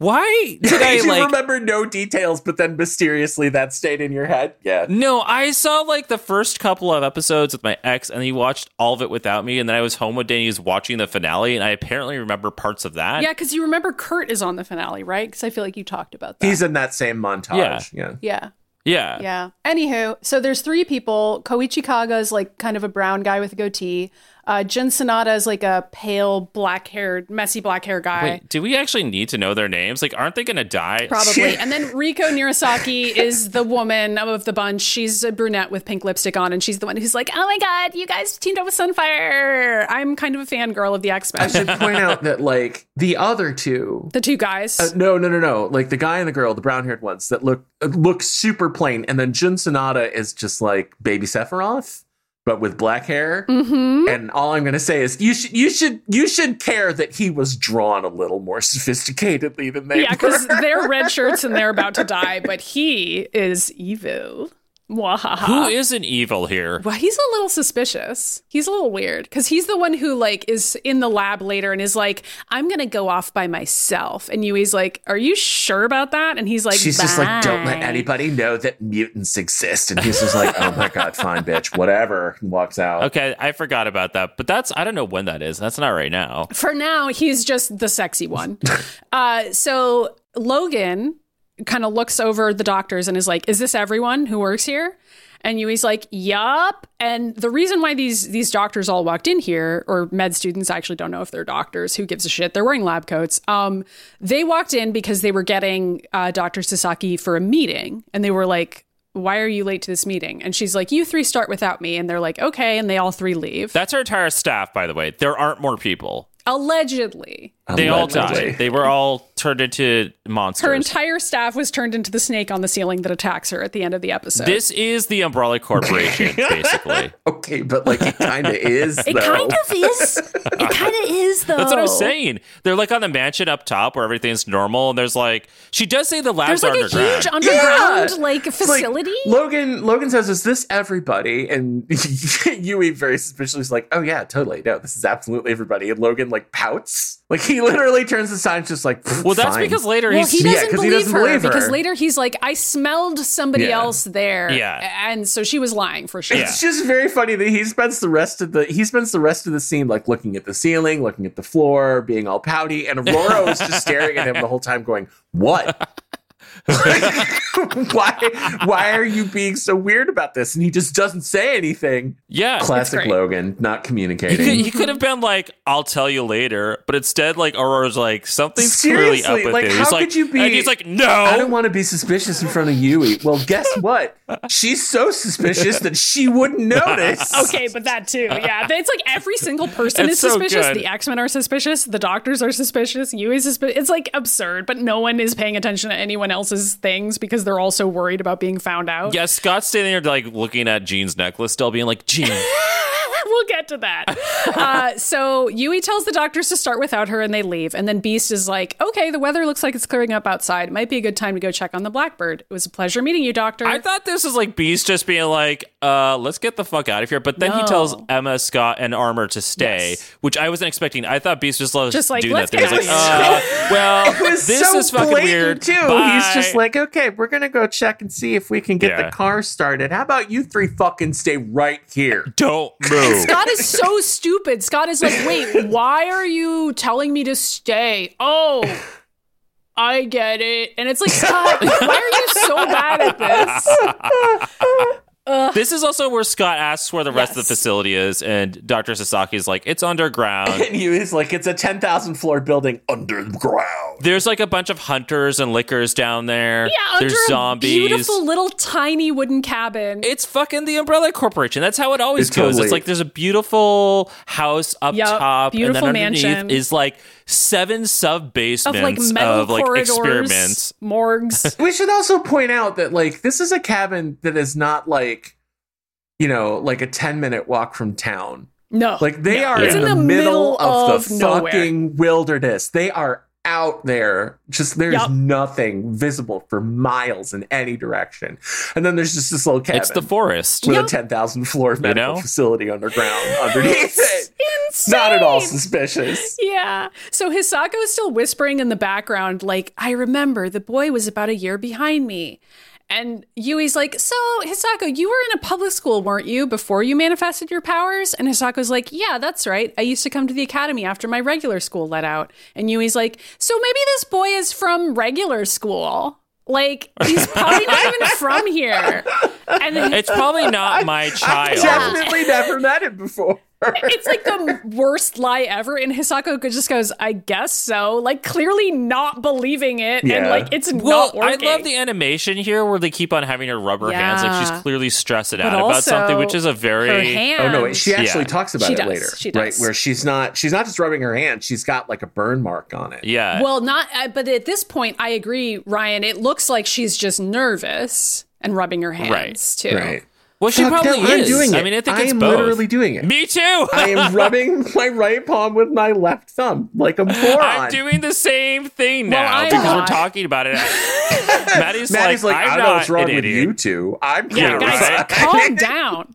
B: Why did I
C: you
B: like?
C: remember no details, but then mysteriously that stayed in your head. Yeah.
B: No, I saw like the first couple of episodes with my ex, and he watched all of it without me. And then I was home one day and he was watching the finale, and I apparently remember parts of that.
A: yeah, because you remember Kurt is on the finale, right? Because I feel like you talked about that.
C: He's in that same montage. Yeah.
A: yeah.
B: yeah,
A: Yeah. Anywho, so there's three people. Koichi Kaga is like kind of a brown guy with a goatee. Uh, Jin Sanada is like a pale, black haired, messy black hair guy.
B: Wait, do we actually need to know their names? Like, aren't they going to die?
A: Probably.
C: Yeah.
A: And then Riko Nirasaki is the woman of the bunch. She's a brunette with pink lipstick on, and she's the one who's like, oh my God, you guys teamed up with Sunfire. I'm kind of a fangirl of the X
C: I
A: Men.
C: should point out that like the other two.
A: the two guys.
C: Uh, no, no, no, no. Like the guy and the girl, the brown haired ones that look uh, look super plain, and then Jun Sonata is just like baby Sephiroth, but with black hair.
A: hmm
C: And all I'm gonna say is you should you should you should care that he was drawn a little more sophisticatedly than they
A: Yeah,
C: were.
A: because they're red shirts and they're about to die, but he is evil. Wahaha.
B: Who isn't evil here?
A: Well, he's a little suspicious. He's a little weird because he's the one who like is in the lab later and is like, "I'm gonna go off by myself." And Yui's like, "Are you sure about that?" And he's like,
C: She's just like, don't let
A: "Bye."
C: anybody know that mutants exist. And he's just like, oh my God, fine, bitch, whatever. And walks out.
B: Okay, I forgot about that, but that's I don't know when that is. That's not right now.
A: For now, he's just the sexy one. uh, so Logan kind of looks over the doctors and is like, "Is this everyone who works here?" And Yui's like, "Yup." And the reason why these these doctors all walked in here, or med students, I actually don't know if they're doctors. Who gives a shit? They're wearing lab coats. Um, they walked in because they were getting uh, Doctor Sasaki for a meeting, and they were like. Why are you late to this meeting? And she's like, You three start without me. And they're like, Okay. And they all three leave.
B: That's our entire staff, by the way. There aren't more people.
A: Allegedly.
B: They all
C: Allegedly.
B: died. They were all turned into monsters.
A: Her entire staff was turned into the snake on the ceiling that attacks her at the end of the episode.
B: this is the Umbrella Corporation, basically.
C: Okay, but like it kind of is.
D: It
C: though.
D: kind of is. It kind of is, though.
B: That's what I'm
C: Oh.
B: saying. They're like on the mansion up top where everything's normal, and there's like she does say the labs
D: There's
B: are
D: like a
B: underground.
D: huge underground
C: Yeah.
D: like
C: It's like,
D: facility.
C: Logan Logan says, Is this everybody? And Yui very suspiciously is like, Oh yeah, totally. No, this is absolutely everybody. And Logan like pouts. Like he literally turns aside and just like
B: well, that's
C: fine.
B: because later
A: well,
B: he's
A: he doesn't,
C: 'cause
A: believe,
C: he doesn't
A: her
C: believe her.
A: because later he's like, I smelled somebody
C: Yeah.
A: else there.
B: Yeah.
A: And so she was lying for sure.
B: Yeah.
C: It's just very funny that he spends the rest of the he spends the rest of the scene like looking at the ceiling, looking at the floor, being all pouty, and Aurora was just staring at him the whole time, going, "What? why? Why are you being so weird about this?" And he just doesn't say anything.
B: yeah.
C: Classic
A: great.
C: Logan, not
B: He could,
C: communicating.
B: he could have been like, "I'll tell you later," but instead, like Aurora's like, "Something's clearly
C: Seriously,
B: up with
C: like,
B: you."
C: how
B: He's like,
C: could you be-
B: And he's like,
C: I don't
B: "No."
C: want to be suspicious in front of Yui. Well, guess what? She's so suspicious that she wouldn't notice.
A: Okay, but that too. Yeah. It's like every single person
B: It's
A: is
B: so
A: suspicious.
B: good.
A: The X Men are suspicious. The doctors are suspicious. You is suspicious. It's like absurd, but no one is paying attention to anyone else's things because they're all so worried about being found out.
B: Yeah, Scott's standing there like looking at Jean's necklace, still being like, "Jean,
A: we'll get to that. Uh, so Yui tells the doctors to start without her and they leave. And then Beast is like, okay, the weather looks like it's clearing up outside. Might be a good time to go check on the Blackbird. It was a pleasure meeting you, Doctor.
B: I thought this was like Beast just being like, uh, let's get the fuck out of here. But then he
A: No.
B: tells Emma, Scott, and Armor to stay, which I wasn't expecting. I thought Beast just loves
A: Just like,
B: doing
A: "Let's
B: that. thing.
A: get
B: He's like,
A: out
B: uh, well,
C: It was
B: this
C: so
B: is fucking
C: blatant,
B: weird.
C: too.
B: Bye."
C: He's just like, okay, we're gonna go check and see if we can get
B: Yeah.
C: the car started. How about you three fucking stay right here?
B: don't move.
A: Scott is so stupid. Scott is like, wait, why are you telling me to stay? Oh, I get it. And it's like, Scott, why are you so bad at this?
B: This is also where Scott asks where the rest of the
A: Yes.
B: facility is, and Dr. Sasaki's like, it's underground.
C: And he is like, it's a 10,000 floor building underground.
B: There's like a bunch of hunters and lickers down there.
A: Yeah,
B: There's
A: under
B: zombies.
A: a beautiful little tiny wooden cabin.
B: it's fucking the Umbrella Corporation. That's how it always
C: It
B: goes.
C: totally-
B: It's like there's a beautiful house up
A: Yep,
B: top,
A: beautiful
B: and then underneath
A: mansion.
B: is like seven sub
A: of
B: basements
A: like metal corridors,
B: experiments.
A: morgues.
C: We should also point out that, like, this is a cabin that is not like, you know, like a 10 minute walk from town.
A: No,
C: Like, they are
A: It's
C: in, the, middle of, the
A: nowhere.
C: fucking wilderness. They are out there. Just there's
A: Yep.
C: nothing visible for miles in any direction. And then there's just this little cabin.
B: It's the forest.
C: with
A: Yep.
C: a 10,000 floor medical
B: know?
C: facility underground underneath it.
A: insane.
C: Not at all suspicious.
A: Yeah. So Hisako is still whispering in the background, like, I remember the boy was about a year behind me. And Yui's like, So, Hisako, you were in a public school, weren't you, before you manifested your powers? And Hisako's like, Yeah, that's right. I used to come to the academy after my regular school let out. And Yui's like, So maybe this boy is from regular school. Like, he's probably not even from here. And then
B: It's probably not my
C: I
B: child.
C: definitely never met him before.
A: it's like the worst lie ever. And Hisako go- just goes, I guess so. Like, clearly not believing it. And,
C: Yeah.
A: like, it's
B: Well,
A: not working.
B: I love the animation here where they keep on having her rub her hands like
A: Yeah.
B: she's clearly stressing out
A: But
B: about
A: also,
B: something, which is a very
A: Her hand.
C: Oh no, wait, she actually
B: Yeah.
C: talks about
A: She
C: it
A: does,
C: later,
A: she
C: right?
A: does.
C: Where she's not she's not just rubbing her hand, she's got like a burn mark on it.
B: yeah.
A: Well, not, uh, but at this point, I agree, Ryan. It looks like she's just nervous and rubbing her hands, too.
C: Right.
B: well, she
C: Fuck, no,
B: probably
C: I'm
B: is.
C: doing it.
B: I mean, I think
C: I
B: it's
C: am
B: both.
C: literally doing it.
B: Me too.
C: I am rubbing my right palm with my left thumb like a moron.
B: I'm doing the same thing
A: Well,
B: now
A: I'm
B: because we're
A: not.
B: talking about it. Maddie's,
C: Maddie's like,
B: like, I'm
C: I don't know
B: not
C: what's wrong
B: an
C: with
B: idiot.
C: you two. I'm
B: Yeah,
C: clear
B: guys,
C: about it.
B: Right.
A: Calm down.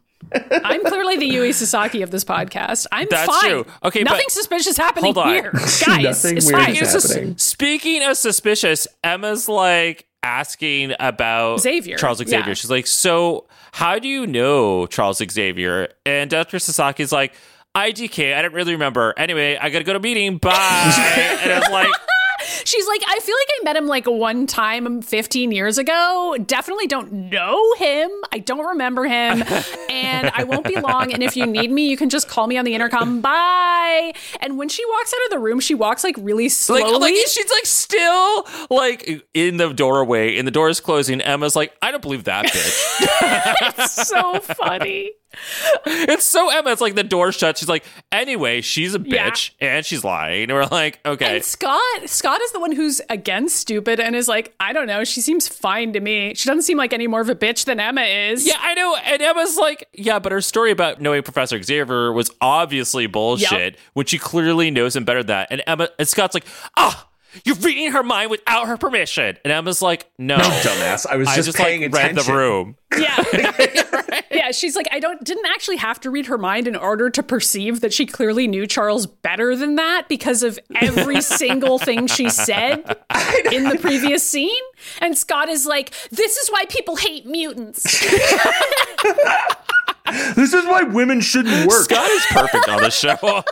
A: I'm clearly the Yui Sasaki of this podcast. I'm
B: That's
A: fine.
B: true. Okay, but-
A: nothing suspicious happening
B: hold on.
A: here, guys.
C: Nothing
A: it's
C: weird
A: fine.
C: is
B: It's just-
C: happening.
B: speaking of suspicious, Emma's like asking about
A: Xavier.
B: Charles Xavier.
A: Yeah.
B: She's like, so how do you know Charles Xavier? And Dr. Sasaki's like, IDK, I don't really remember. Anyway, I gotta go to a meeting. Bye. and I was like,
A: She's like, I feel like I met him like one time 15 years ago. Definitely don't know him. I don't remember him. and I won't be long. And if you need me, you can just call me on the intercom. Bye. And when she walks out of the room, she walks like really slowly.
B: like, like she's like still like in the doorway, and the door is closing. Emma's like, I don't believe that bitch.
A: so funny.
B: it's so Emma. It's like the door shuts. She's like, anyway, she's a
A: Yeah.
B: bitch and she's lying. And we're like, okay.
A: And Scott, Scott is the one who's again stupid and is like, I don't know. She seems fine to me. She doesn't seem like any more of a bitch than Emma is.
B: Yeah, I know. And Emma's like, yeah, but her story about knowing Professor Xavier was obviously bullshit, when she clearly knows him better than that. And Emma and Scott's like, ah, you're reading her mind without her permission. And Emma's like, no.
C: Dumbass. I was
B: I
C: just,
B: just like
C: paying
B: read
C: attention.
B: the room.
A: Yeah. Yeah, she's like, I don't didn't actually have to read her mind in order to perceive that she clearly knew Charles better than that because of every single thing she said in the previous scene. And Scott is like, This is why people hate mutants.
C: This is why women shouldn't work.
B: Scott is perfect on the show.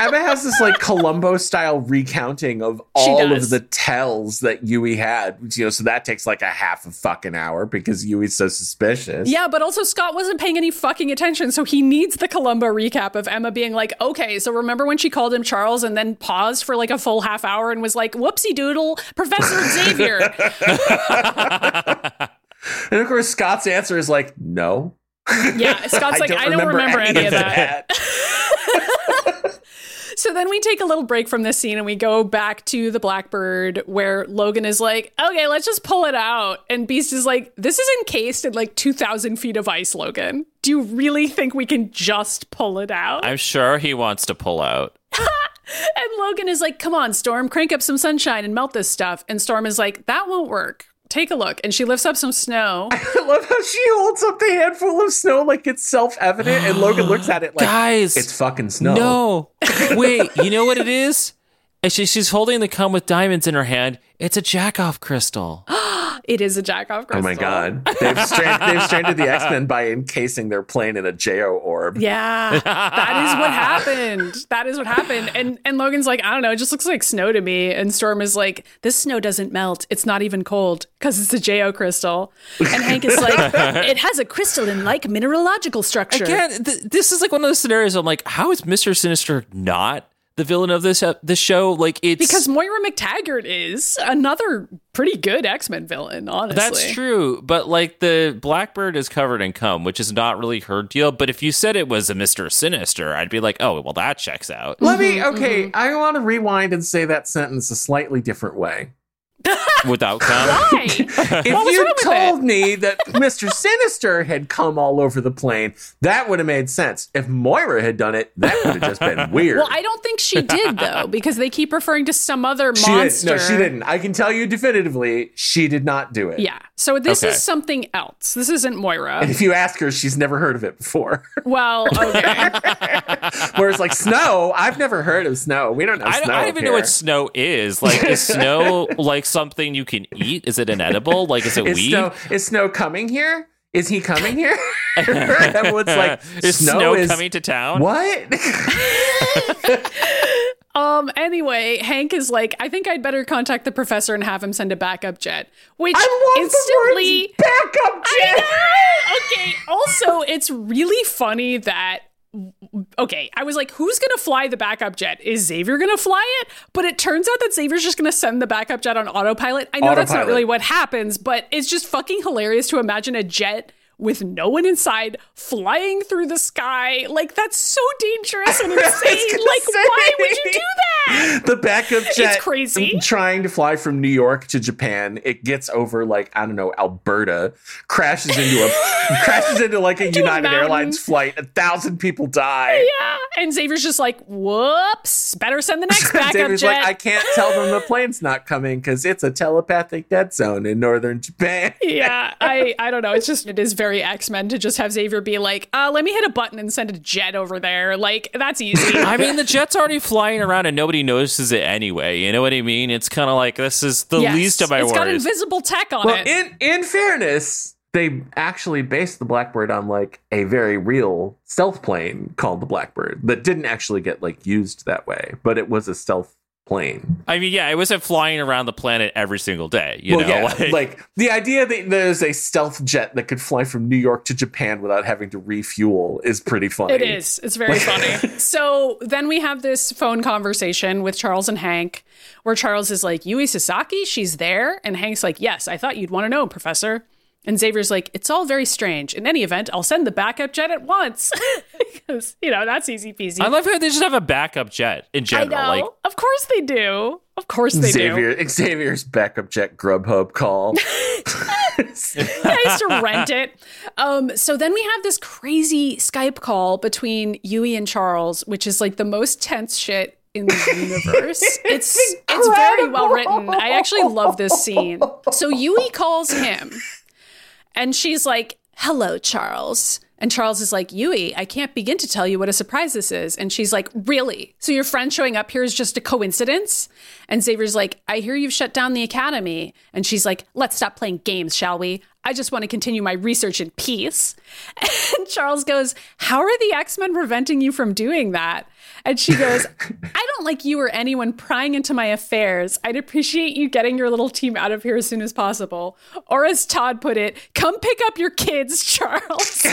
C: Emma has this like Columbo style recounting of
A: She
C: all
A: does.
C: of the tells that Yui had. You know, so that takes like a half a fucking hour because Yui's so suspicious.
A: yeah, but also Scott wasn't paying any fucking attention, so he needs the Columbo recap of Emma being like, Okay, so remember when she called him Charles and then paused for like a full half hour and was like, Whoopsie doodle, Professor Xavier.
C: And of course Scott's answer is like, no.
A: Yeah, Scott's like, I don't remember any, of that. So then we take a little break from this scene and we go back to the Blackbird where Logan is like, okay, let's just pull it out. And Beast is like, this is encased in like 2,000 feet of ice, Logan. Do you really think we can just pull it out?
B: I'm sure he wants to pull out.
A: and Logan is like, come on, Storm, crank up some sunshine and melt this stuff. And Storm is like, that won't work. Take a look. And she lifts up some snow.
C: I love how she holds up the handful of snow like it's self-evident and Logan looks at it like
B: Guys,
C: it's fucking snow.
B: no. Wait, you know what it is? And she, she's holding the cum with diamonds in her hand. It's a jack off crystal.
A: It is a jack off
C: Oh
A: crystal.
C: my god. They've, strand- they've stranded the X-Men by encasing their plane in a JO orb.
A: Yeah, that is what happened. That is what happened. And and Logan's like, I don't know, it just looks like snow to me. And Storm is like, this snow doesn't melt. It's not even cold because it's a Jo crystal. And Hank is like, it has a crystalline like mineralogical structure.
B: Again, th- this is like one of those scenarios. I'm like, how is Mister Sinister not the villain of this ep- this show? Like, it's
A: Because Moira McTaggart is another pretty good X Men villain, honestly.
B: that's true. But like, the Blackbird is covered in cum, which is not really her deal. But if you said it was a Mister Sinister, I'd be like, oh, well, that checks out.
C: Let me
A: Mm-hmm,
C: okay, I want to rewind and say that sentence a slightly different way.
B: Without cum,
A: Why?
C: If
A: was
C: you
A: wrong with
C: told me that Mr. Sinister had come all over the plane, that would have made sense. If Moira had done it, that would have just been weird.
A: well, I don't think she did, though, because they keep referring to some other
C: she
A: monster.
C: Didn't. No, she didn't. I can tell you definitively, she did not do it.
A: Yeah. So this
B: Okay.
A: is something else. This isn't Moira.
C: And if you ask her, she's never heard of it before.
A: Well, okay.
C: Whereas, like snow, I've never heard of snow. We don't know
B: I
C: snow.
B: don't, I don't even
C: here.
B: know what snow is. Like, is snow like something you can eat? Is it an edible? Like, is it
C: Is
B: weed?
C: snow is snow coming here? Is he coming here? Everyone's like,
B: is
C: snow,
B: snow,
C: is
B: coming to town?
C: what?
A: Um. Anyway, Hank is like, I think I'd better contact the professor and have him send a backup jet, which
C: I love
A: instantly.
C: the words backup
A: I
C: jet.
A: know! Okay. Also, it's really funny that. Okay, I was like, who's gonna fly the backup jet? Is Xavier gonna fly it? But it turns out that Xavier's just gonna send the backup jet on autopilot. I know that's not
C: Autopilot.
A: really what happens, but it's just fucking hilarious to imagine a jet with no one inside flying through the sky. Like, that's so dangerous and insane.
C: gonna
A: like, why
C: say.
A: would you do that?
C: The backup jet.
A: crazy.
C: Trying to fly from New York to Japan, it gets over like I don't know Alberta, crashes into a crashes into like a United
A: mountain.
C: Airlines flight. A thousand people die.
A: Yeah. And Xavier's just like, whoops, better send the next backup
C: Xavier's
A: jet.
C: like, I can't tell them the plane's not coming because it's a telepathic dead zone in northern Japan.
A: yeah, I, I don't know. It's just, it is very X Men to just have Xavier be like, uh, let me hit a button and send a jet over there. Like, that's easy.
B: I mean, the jet's already flying around and nobody notices it anyway. You know what I mean? It's kind of like this is the
A: Yes.
B: least of my
A: It's got
B: worries.
A: invisible tech on
C: Well,
A: it.
C: in in fairness, they actually based the Blackbird on like a very real stealth plane called the Blackbird that didn't actually get like used that way, but it was a stealth plane.
B: I mean, yeah, it wasn't flying around the planet every single day. You
C: well,
B: know,
C: yeah,
B: like,
C: like, the idea that there's a stealth jet that could fly from New York to Japan without having to refuel is pretty funny.
A: It is. It's very funny. So then we have this phone conversation with Charles and Hank, where Charles is like, Yui Sasaki, she's there. And Hank's like, Yes, I thought you'd want to know, Professor. And Xavier's like, It's all very strange. In any event, I'll send the backup jet at once. because, you know, that's easy peasy.
B: I love how they just have a backup jet in
A: I
B: general.
A: know.
B: Like,
A: of course they do. Of course they do.
C: Xavier, Xavier's backup jet Grubhub call.
A: I used to rent it. Um, so then we have this crazy Skype call between Yui and Charles, which is like the most tense shit in the universe. it's it's very well written. I actually love this scene. So Yui calls him and she's like, Hello, Charles. And Charles is like, Yui, I can't begin to tell you what a surprise this is. And she's like, Really? So your friend showing up here is just a coincidence? And Xavier's like, I hear you've shut down the academy. And she's like, Let's stop playing games, shall we? I just want to continue my research in peace. And Charles goes, How are the X Men preventing you from doing that? And she goes, I don't like you or anyone prying into my affairs. I'd appreciate you getting your little team out of here as soon as possible. Or as Todd put it, come pick up your kids, Charles.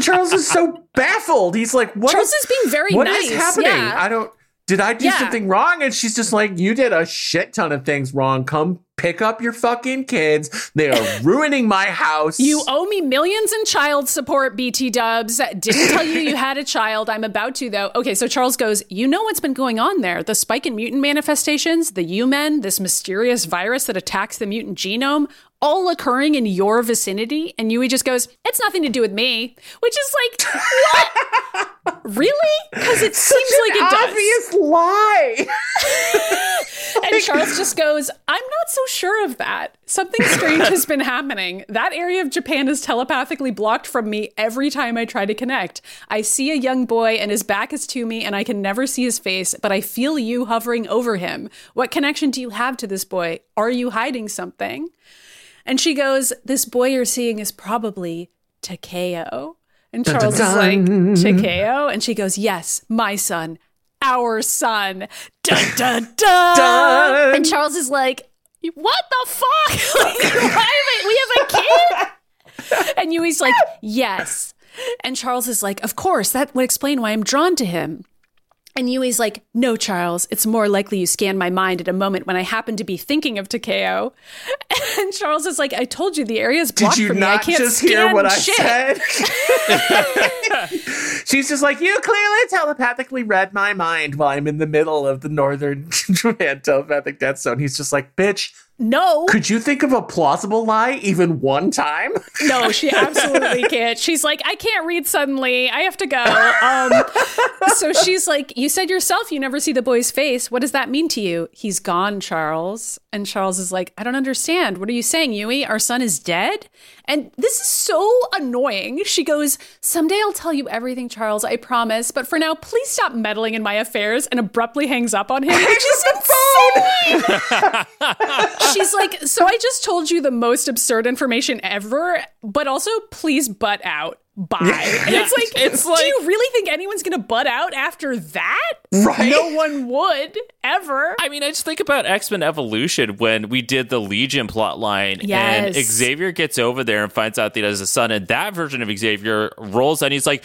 C: Charles is so baffled. He's like, "What
A: Charles is being very
C: What is
A: nice.
C: happening?
A: Yeah.
C: I don't. Did I do
A: Yeah.
C: something wrong? And she's just like, you did a shit ton of things wrong. Come pick up your fucking kids. They are ruining my house.
A: You owe me millions in child support, BT dubs. Didn't tell you you had a child. I'm about to, though. Okay, so Charles goes, You know what's been going on there? The spike in mutant manifestations, the U Men, this mysterious virus that attacks the mutant genome, all occurring in your vicinity. And Yui just goes, It's nothing to do with me, which is like, What? really? Because it seems
C: It's
A: like
C: an
A: it does.
C: obvious lie.
A: And Charles just goes, I'm not not so sure of that. Something strange has been happening. That area of Japan is telepathically blocked from me every time I try to connect. I see a young boy and his back is to me and I can never see his face, but I feel you hovering over him. What connection do you have to this boy? Are you hiding something? And she goes, This boy you're seeing is probably Takeo. And Charles is like, Takeo? And she goes, Yes, my son, our son. Dun, dun, dun.
C: Dun.
A: And Charles is like, What the fuck? Like, Why am I- we have a kid? And Yui's like, Yes. And Charles is like, Of course, that would explain why I'm drawn to him. And Yui's like, No, Charles, it's more likely you scan my mind at a moment when I happen to be thinking of Takeo. And Charles is like, I told you the area's blocked
C: Did you
A: from me. I
C: not
A: can't
C: just
A: scan
C: hear what
A: shit.
C: I said? She's just like, you clearly telepathically read my mind while I'm in the middle of the northern Japan telepathic death zone. He's just like, bitch,
A: No.
C: could you think of a plausible lie even one time?
A: No, she absolutely can't. She's like, I can't read suddenly. I have to go. Um, so she's like, You said yourself you never see the boy's face. What does that mean to you? He's gone, Charles. And Charles is like, I don't understand. What are you saying, Yui? Our son is dead? And this is so annoying. She goes, Someday I'll tell you everything, Charles. I promise. But for now, please stop meddling in my affairs. And abruptly hangs up on him, which is insane. She's like, so I just told you the most absurd information ever, but also please butt out. Bye. And it's like,
B: It's
A: do
B: like-
A: you really think anyone's gonna butt out after that?
C: Right?
A: No one would ever.
B: I mean, I just think about X Men Evolution when we did the Legion plotline, and
A: Yes.
B: Xavier gets over there and finds out that he has a son, and that version of Xavier rolls and he's like,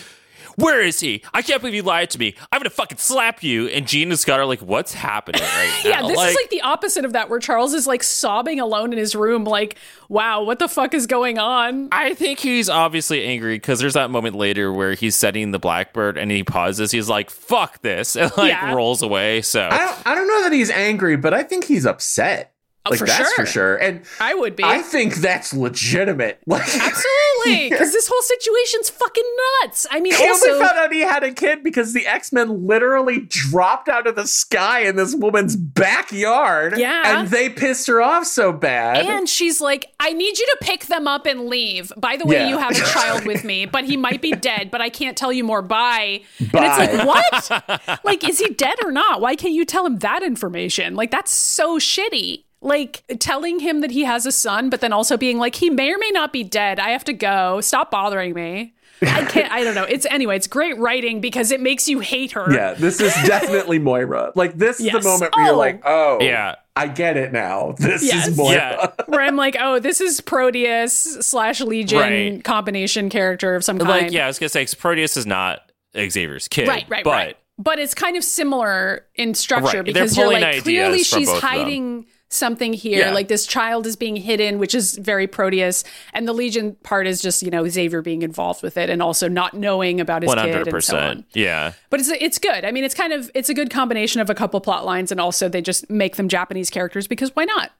B: "Where is he? I can't believe you lied to me. I'm gonna fucking slap you." And Gene and Scott are like, "What's happening right now?"
A: yeah, this is like the opposite of that, where Charles is like sobbing alone in his room, like, wow, what the fuck is going on?
B: I think he's obviously angry because there's that moment later where he's setting the blackbird and he pauses. He's like, "Fuck this," and like
A: Yeah.
B: rolls away. So
C: I don't, I don't know that he's angry, but I think he's upset. Like,
A: Oh, for
C: that's
A: sure.
C: for sure. And
A: I would be.
C: I think that's legitimate. Like,
A: Absolutely, because this whole situation's fucking nuts. I mean,
C: He
A: also,
C: only found out he had a kid because the X Men literally dropped out of the sky in this woman's backyard.
A: Yeah.
C: And they pissed her off so bad.
A: And she's like, I need you to pick them up and leave. By the way,
C: Yeah.
A: you have a child with me, but he might be dead, but I can't tell you more. Bye.
C: Bye.
A: And it's like, what? like, is he dead or not? Why can't you tell him that information? Like, that's so shitty. Like, telling him that he has a son, but then also being like, he may or may not be dead. I have to go. Stop bothering me. I can't, I don't know. It's anyway, it's great writing because it makes you hate her.
C: yeah, this is definitely Moira. Like, this is
A: Yes.
C: the moment where
A: Oh.
C: you're like, oh,
B: Yeah.
C: I get it now. This
A: Yes.
C: is Moira.
B: Yeah.
A: Where I'm like, oh, this is Proteus slash Legion
B: Right.
A: combination character of some kind.
B: like, yeah, I was gonna say 'cause Proteus is not Xavier's kid,
A: right, right,
B: but.
A: right. But it's kind of similar in structure
B: Right. They're
A: because you're
B: pulling
A: like
B: ideas
A: clearly
B: from
A: she's
B: both of them.
A: hiding something here.
B: Yeah.
A: Like this child is being hidden, which is very Proteus, and the Legion part is just you know Xavier being involved with it and also not knowing about his
B: One
A: kid
B: hundred
A: and so on.
B: percent. Yeah.
A: But it's it's good. I mean, it's kind of it's a good combination of a couple plot lines, and also they just make them Japanese characters because why not?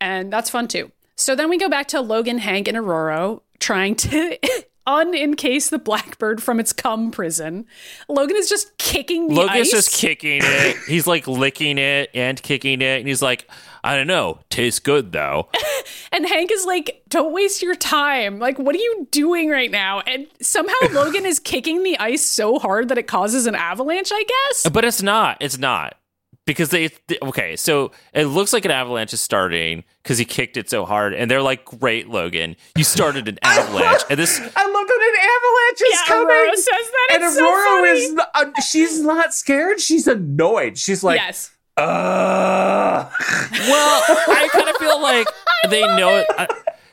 A: And that's fun too. So then we go back to Logan, Hank, and Aurora trying to unencase the Blackbird from its cum prison. Logan is just kicking the
B: Logan's
A: ice.
B: just kicking it. He's like licking it and kicking it, and he's like, I don't know, tastes good though.
A: And Hank is like, don't waste your time. Like, what are you doing right now? And somehow Logan is kicking the ice so hard that it causes an avalanche, I guess.
B: But it's not. It's not because they, they- okay. So it looks like an avalanche is starting because he kicked it so hard, and they're like, "Great, Logan, you started an avalanche." And this,
C: I love that an avalanche is
A: Yeah,
C: coming.
A: Aurora says that.
C: And
A: It's so
C: Aurora
A: funny.
C: is, uh, she's not scared. She's annoyed. She's like,
A: yes.
C: uh.
B: well, I kind of feel like they know it. I,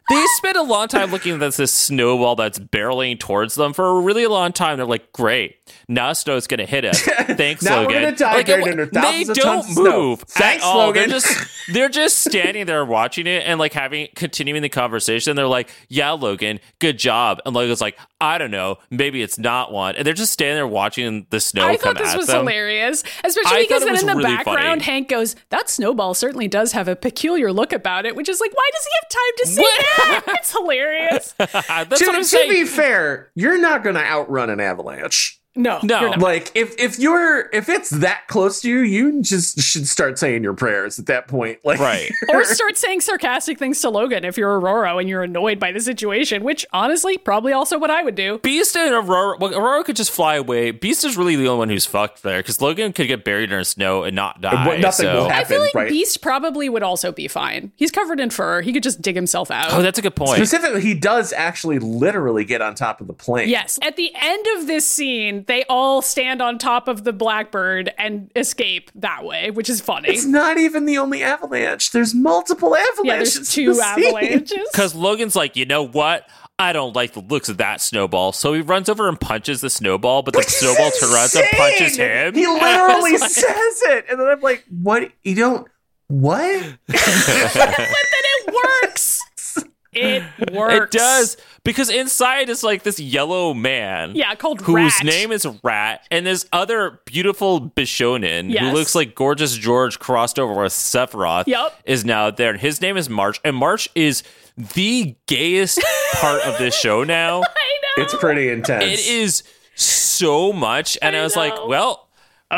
B: they spent a long time looking at this, this snowball that's barreling towards them for a really long time. They're like, "Great, now snow's gonna hit us." Thanks,
C: Now we're
B: Logan.
C: gonna die
B: Like,
C: buried under thousands
B: they
C: of
B: don't
C: tons of snow.
B: move. at
C: Thanks,
B: all.
C: Logan.
B: They're just they're just standing there watching it and like having continuing the conversation. They're like, "Yeah, Logan, good job." And Logan's like, "I don't know, maybe it's not one." And they're just standing there watching the snow
A: I
B: come
A: thought this
B: at
A: was
B: them.
A: hilarious,
B: I
A: especially
B: thought
A: because
B: it
A: then
B: was
A: in the
B: really
A: background,
B: funny.
A: Hank goes, "That snowball certainly does have a peculiar look about it," which is like, why does he have time to say
B: What?
A: that? It's hilarious.
B: That's
C: to,
B: what I'm
C: to
B: saying.
C: be fair, you're not going to outrun an avalanche.
A: No.
B: No.
A: you're not.
C: Like if if you're if it's that close to you, you just should start saying your prayers at that point. Like
B: Right.
A: Or start saying sarcastic things to Logan if you're Aurora and you're annoyed by the situation, which honestly, probably also what I would do.
B: Beast and Aurora, well, Aurora could just fly away. Beast is really the only one who's fucked there because Logan could get buried in snow and not die.
C: what- nothing
B: so-
C: will happen.
A: I feel like
C: right?
A: Beast probably would also be fine. He's covered in fur. He could just dig himself out.
B: Oh, that's a good point.
C: Specifically, he does actually literally get on top of the plane.
A: Yes. At the end of this scene, they all stand on top of the blackbird and escape that way, which is funny.
C: It's not even the only avalanche. There's multiple avalanches.
A: yeah, there's
C: in
A: two
C: the scene.
A: avalanches.
B: Because Logan's like, you know what? I don't like the looks of that snowball. So he runs over and punches the snowball, but the snowball turns around and punches him.
C: He
B: And I was
C: literally
B: like,
C: says it, and then I'm like, "What? You don't? What?
A: But it works. It
B: It
A: works.
B: does because inside is like this yellow man.
A: Yeah, called
B: whose
A: Rat.
B: name is Rat, and this other beautiful Bishonen
A: Yes.
B: who looks like gorgeous George crossed over with Sephiroth
A: Yep.
B: is now there. And his name is March, and March is the gayest part of this show now.
C: It's pretty intense.
B: It is so much, and I, was like,
A: know.
B: well.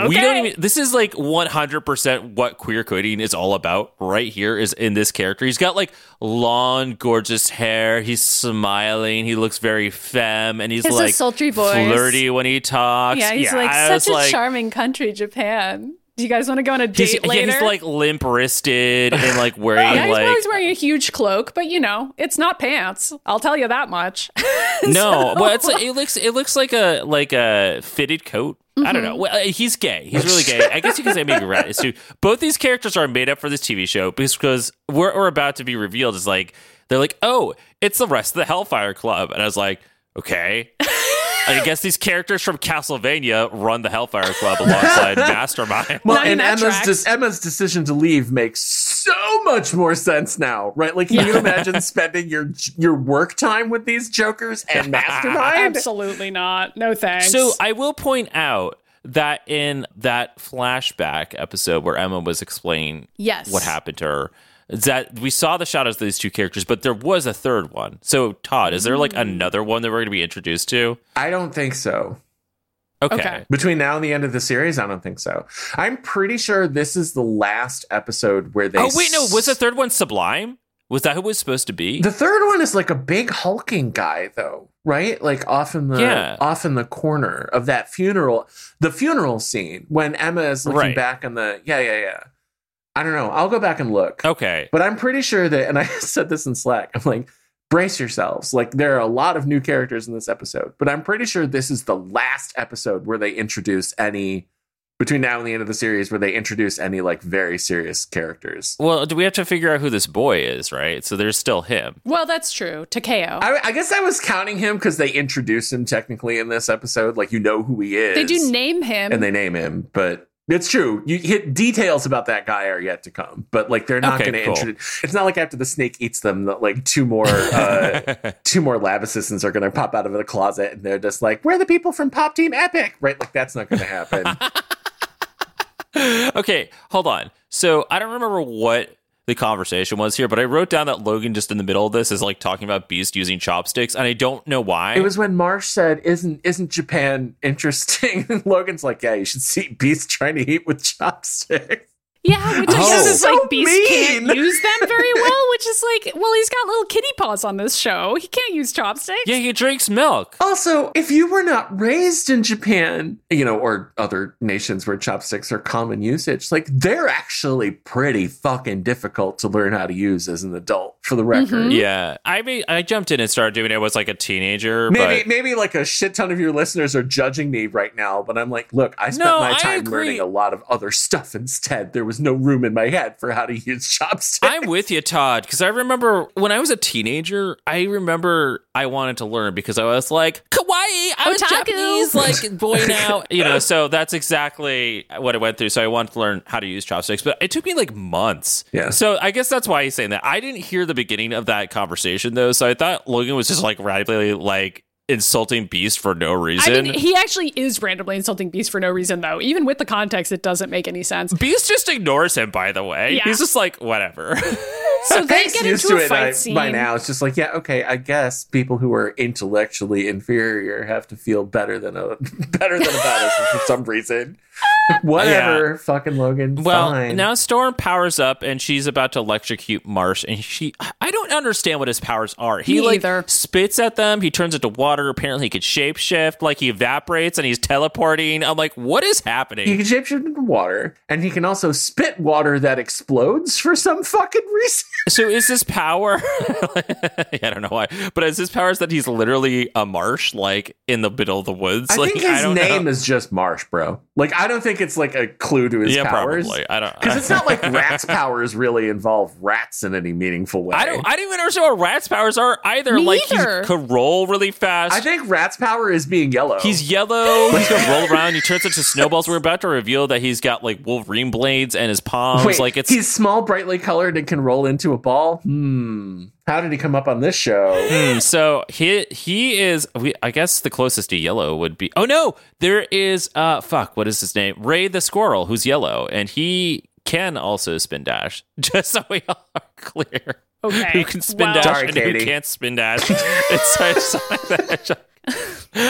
B: We don't
A: Okay.
B: even. This is like 100% what queer coding is all about right here is in this character. He's got like long, gorgeous hair. He's smiling. He looks very femme and he's
E: He has a
B: like
E: sultry voice.
B: flirty when he talks.
E: Yeah, he's like
B: I was
E: such a
B: like-
E: charming country,
A: Japan. Do you guys want to go on a date
B: He's, yeah,
A: later?
B: he's like limp wristed and like wearing
A: Yeah, he's
B: like
A: always wearing a huge cloak, but you know, it's not pants. I'll tell you that much.
B: no, but it's it looks it looks like a like a fitted coat. I don't know. Well, uh, he's gay. He's really gay. I guess you can say maybe Rat is too. Both these characters are made up for this TV show because what we're about to be revealed is like they're like, oh, it's the rest of the Hellfire Club, and I was like, okay. I guess these characters from Castlevania run the Hellfire Club alongside Mastermind.
C: well,
A: Not in
C: and
A: that
C: Emma's
A: track.
C: des- Emma's decision to leave makes so much more sense now, right? Like, can you imagine spending your your work time with these jokers and mastermind?
A: Absolutely not. No thanks.
B: So I will point out that in that flashback episode where Emma was explaining
E: Yes.
B: what happened to her, that we saw the shadows of these two characters, but there was a third one. So Todd, is there like another one that we're going to be introduced to?
C: I don't think so.
B: Okay.
A: Okay.
C: Between now and the end of the series, I don't think so. I'm pretty sure this is the last episode where they.
B: Oh wait, no. Was the
C: it
B: third one Sublime? Was that who it was supposed to be?
C: the third one is like a big hulking guy though, right? Like off in the
B: Yeah.
C: off in the corner of that funeral, the funeral scene when Emma is looking
B: Right.
C: back on the yeah yeah yeah. I don't know. I'll go back and look.
B: okay.
C: But I'm pretty sure that, and I said this in Slack, I'm like, brace yourselves. Like, there are a lot of new characters in this episode, but I'm pretty sure this is the last episode where they introduce any, between now and the end of the series, where they introduce any, like, very serious characters.
B: Well, do we have to figure out who this boy is, right? So there's still him.
A: well, that's true. Takeo.
C: I, I guess I was counting him because they introduce him technically in this episode. Like, you know who he is.
A: they do name him.
C: And they name him, but. It's true. You hit details about that guy are yet to come, but like they're not
B: Okay,
C: going to
B: cool.
C: introduce. It's not like after the snake eats them that like two more uh, two more lab assistants are going to pop out of the closet and they're just like, we're the people from Pop Team Epic, right? Like, that's not going to happen.
B: okay, hold on. So I don't remember what the conversation was here, but I wrote down that Logan just in the middle of this is like talking about Beast using chopsticks, and I don't know why.
C: it was when Marsh said, isn't isn't Japan interesting? And Logan's like, yeah, you should see Beast trying to eat with chopsticks.
A: yeah, which I
B: Oh.
A: guess is
C: So
A: like Beast can't
C: mean.
A: use them very well, which is like, well, he's got little kitty paws on this show. He can't use chopsticks.
B: yeah, he drinks milk.
C: Also, if you were not raised in Japan, you know, or other nations where chopsticks are common usage, like they're actually pretty fucking difficult to learn how to use as an adult, for the record.
B: Mm-hmm. Yeah, I mean, I jumped in and started doing it. I was like a teenager,
C: Maybe
B: but
C: maybe like a shit ton of your listeners are judging me right now, but I'm like, look, I spent
B: No,
C: my
B: I
C: time
B: agree.
C: learning a lot of other stuff instead. There was no room in my head for how to use chopsticks.
B: I'm with you, Todd, because I remember when I was a teenager, I remember I wanted to learn because I was like, kawaii, I was
E: Otaku.
B: Japanese, like, boy now. you know, so that's exactly what I went through. So I wanted to learn how to use chopsticks, but it took me like months.
C: Yeah.
B: So I guess that's why he's saying that. I didn't hear the beginning of that conversation, though. So I thought Logan was just like radically, like, insulting Beast for no
A: I
B: reason.
A: mean, he actually is randomly insulting Beast for no reason, though. Even with the context, it doesn't make any sense.
B: Beast just ignores him, by the way.
A: Yeah.
B: He's just like, whatever.
A: So they
C: Thanks,
A: get
C: used
A: into
C: to
A: a
C: it
A: fight
C: I-
A: scene.
C: by now. It's just like, yeah, okay, I guess people who are intellectually inferior have to feel better than a better than about us for some reason. Whatever, fucking Logan.
B: Well,
C: fine.
B: now Storm powers up and she's about to electrocute Marsh, and she I don't understand what his powers are. He
A: Me
B: like
A: either.
B: spits at them, he turns into water, apparently he could shapeshift, like he evaporates and he's teleporting. I'm like, what is
C: he
B: happening?
C: can shapeshift into water, and he can also spit water that explodes for some fucking reason.
B: so is his power I don't know why. But is his powers that he's literally a marsh, like in the middle of the woods?
C: I
B: like
C: think his
B: don't
C: name
B: know.
C: is just Marsh, bro. Like, I don't think it's like a clue to his
B: Yeah,
C: powers.
B: probably. I don't
C: Because it's not like rats' powers really involve rats in any meaningful way.
B: I don't. I don't even understand what rat's powers are either.
A: Me
B: like
A: either.
B: he could roll really fast.
C: I think rat's power is being yellow.
B: He's yellow. He's gonna roll around. He turns into snowballs. We're about to reveal that he's got like Wolverine blades and his palms.
C: Wait,
B: like it's
C: he's small, brightly colored, and can roll into a ball. Hmm. How did he come up on this show?
B: Hmm, so he he is. We I guess the closest to yellow would be. Oh no, there is. Uh, fuck. What is his name? Ray the squirrel, who's yellow, and he can also spin dash. Just so we all are clear.
A: Okay.
B: Who can spin
A: Well-
B: dash
C: Sorry,
B: and
C: Katie.
B: who can't spin dash? it's so- Sonic the Hedgehog.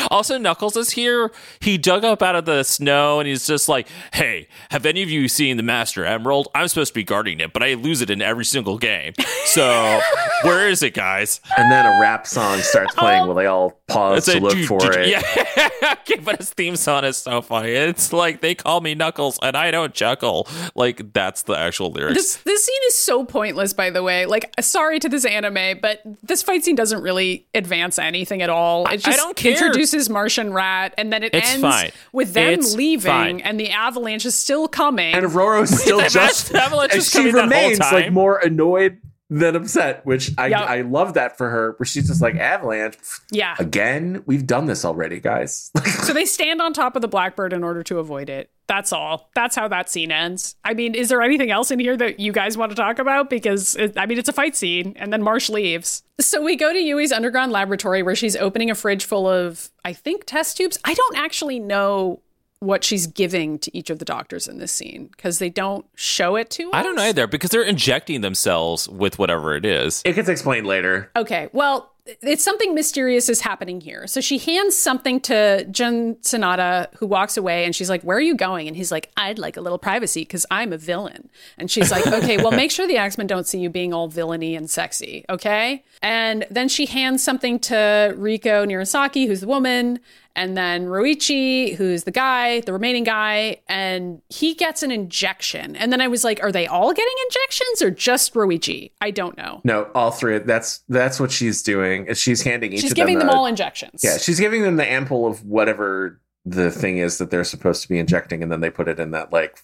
B: Also, Knuckles is here. He dug up out of the snow and he's just like, Hey, have any of you seen the Master Emerald? I'm supposed to be guarding it, but I lose it in every single game. So, where is it, guys?
C: And then a rap song starts playing while they all pause to
B: Oh. a
C: look
B: doo-
C: for
B: doo- doo-
C: it.
B: Yeah. okay, but his theme song is so funny. It's like they call me Knuckles and I don't chuckle. Like that's the actual lyrics.
A: This this scene is so pointless, by the way. Like, sorry to this anime, but this fight scene doesn't really advance anything at all. It
B: I
A: just
B: don't care.
A: introduces Martian Rat, and then it
B: It's
A: ends
B: fine.
A: with them
B: It's
A: leaving,
B: fine.
A: and the avalanche is still coming.
C: And Roro's still
B: The
C: just.
B: Master Avalanche is
C: she
B: coming that whole
C: remains like
B: time.
C: more annoyed than upset, which I
A: Yeah.
C: I love that for her. Where she's just like Avalanche pff,
A: yeah,
C: again. We've done this already, guys.
A: so they stand on top of the blackbird in order to avoid it. That's all. That's how that scene ends. I mean, is there anything else in here that you guys want to talk about? Because it, I mean, it's a fight scene, and then Marsh leaves. So we go to Yui's underground laboratory where she's opening a fridge full of, I think, test tubes. I don't actually know what she's giving to each of the doctors in this scene because they don't show it to us.
B: I don't know either because they're injecting themselves with whatever it is.
C: it gets explained later.
A: Okay. Well, it's something mysterious is happening here. So she hands something to Jun Sonata, who walks away, and she's like, Where are you going? And he's like, I'd like a little privacy because I'm a villain. And she's like, Okay, well, make sure the Axemen don't see you being all villainy and sexy. Okay. And then she hands something to Riko Nirasaki, who's the woman, and then Ruichi, who's the guy, the remaining guy, and he gets an injection. And then I was like, Are they all getting injections or just Ruichi? I don't know.
C: No, all three. That's that's what she's doing. Is she's handing each
A: She's
C: of
A: giving
C: them,
A: them,
C: a-
A: all injections.
C: Yeah, she's giving them the ample of whatever the thing is that they're supposed to be injecting, and then they put it in that like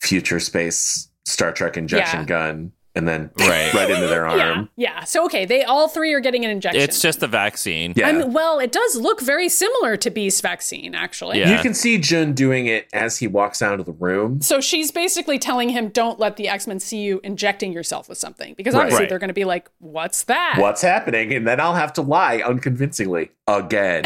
C: future space Star Trek injection
A: Yeah.
C: gun, and then
B: Right.
C: right into their arm.
A: Yeah. Yeah. So okay, they all three are getting an injection.
B: Um, It's just the vaccine.
C: Yeah.
A: I mean, well, it does look very similar to Beast's vaccine, actually.
B: Yeah.
C: You can see Jun doing it as he walks out of the room.
A: So she's basically telling him, "Don't let the X Men see you injecting yourself with something," because
C: Right.
A: obviously
B: Right.
A: they're going to be like, "What's that?"
C: What's happening? And then I'll have to lie unconvincingly again.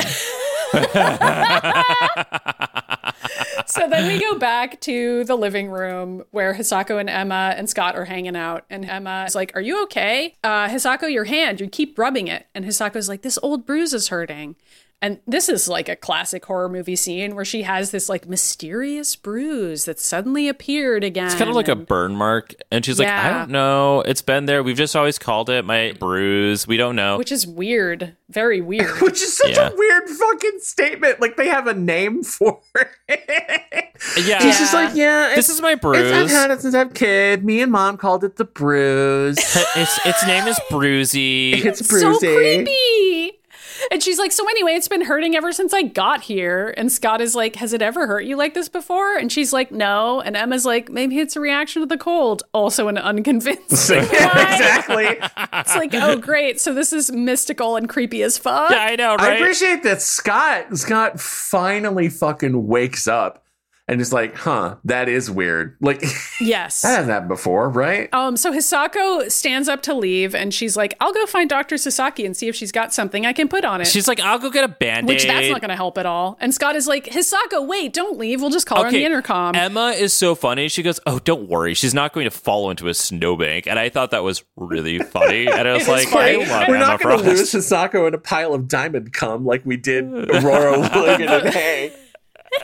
A: So then we go back to the living room where Hisako and Emma and Scott are hanging out, and Emma is like, "Are you okay, uh, Hisako? Your hand, you keep rubbing it." And Hisako's like, "This old bruise is hurting." And this is like a classic horror movie scene where she has this like mysterious bruise that suddenly appeared again.
B: It's kind of like a
A: and-
B: burn mark. And she's like, I
A: Yeah.
B: don't know. It's been there. We've just always called it my bruise. We don't know.
A: which is weird, very weird.
C: Which is such
B: Yeah.
C: a weird fucking statement. Like they have a name for it.
B: yeah.
C: He's just like, yeah,
B: This
C: it's-
B: is my
C: It's, I've
B: bruise.
C: had it since I'm a kid. Me and mom called it the bruise.
B: It's, its name is Bruisey.
C: it's
A: so
C: bruisey.
B: eh?
A: creepy. And she's like, so anyway, it's been hurting ever since I got here. And Scott is like, has it ever hurt you like this before? And she's like, no. And Emma's like, maybe it's a reaction to the cold. Also an unconvincing. one.
C: exactly.
A: It's like, oh great, so this is mystical and creepy as fuck.
B: Yeah, I know,
C: I
B: right?
C: appreciate that Scott Scott finally fucking wakes up and it's like, huh, that is weird. Like that
A: Yes.
C: hasn't happened before, right?
B: Oh,
A: Um, so Hisako stands up to leave and she's like, I'll go find Dr. Sasaki and see if she's got something I can put on it.
B: She's like, I'll go get a band aid.
A: which that's not going to help at all. And Scott is like, Hisako, wait, don't leave. We'll just call her on the intercom.
B: Emma is so funny. She goes, "Oh, don't worry. She's not going to fall into a snowbank." And I thought that was really funny. And I was like,
A: funny.
B: "I love
C: We're
B: Emma
C: not going
B: Frost."
C: to lose Hisako in a pile of diamond cum like we did Aurora, Logan, and Hay.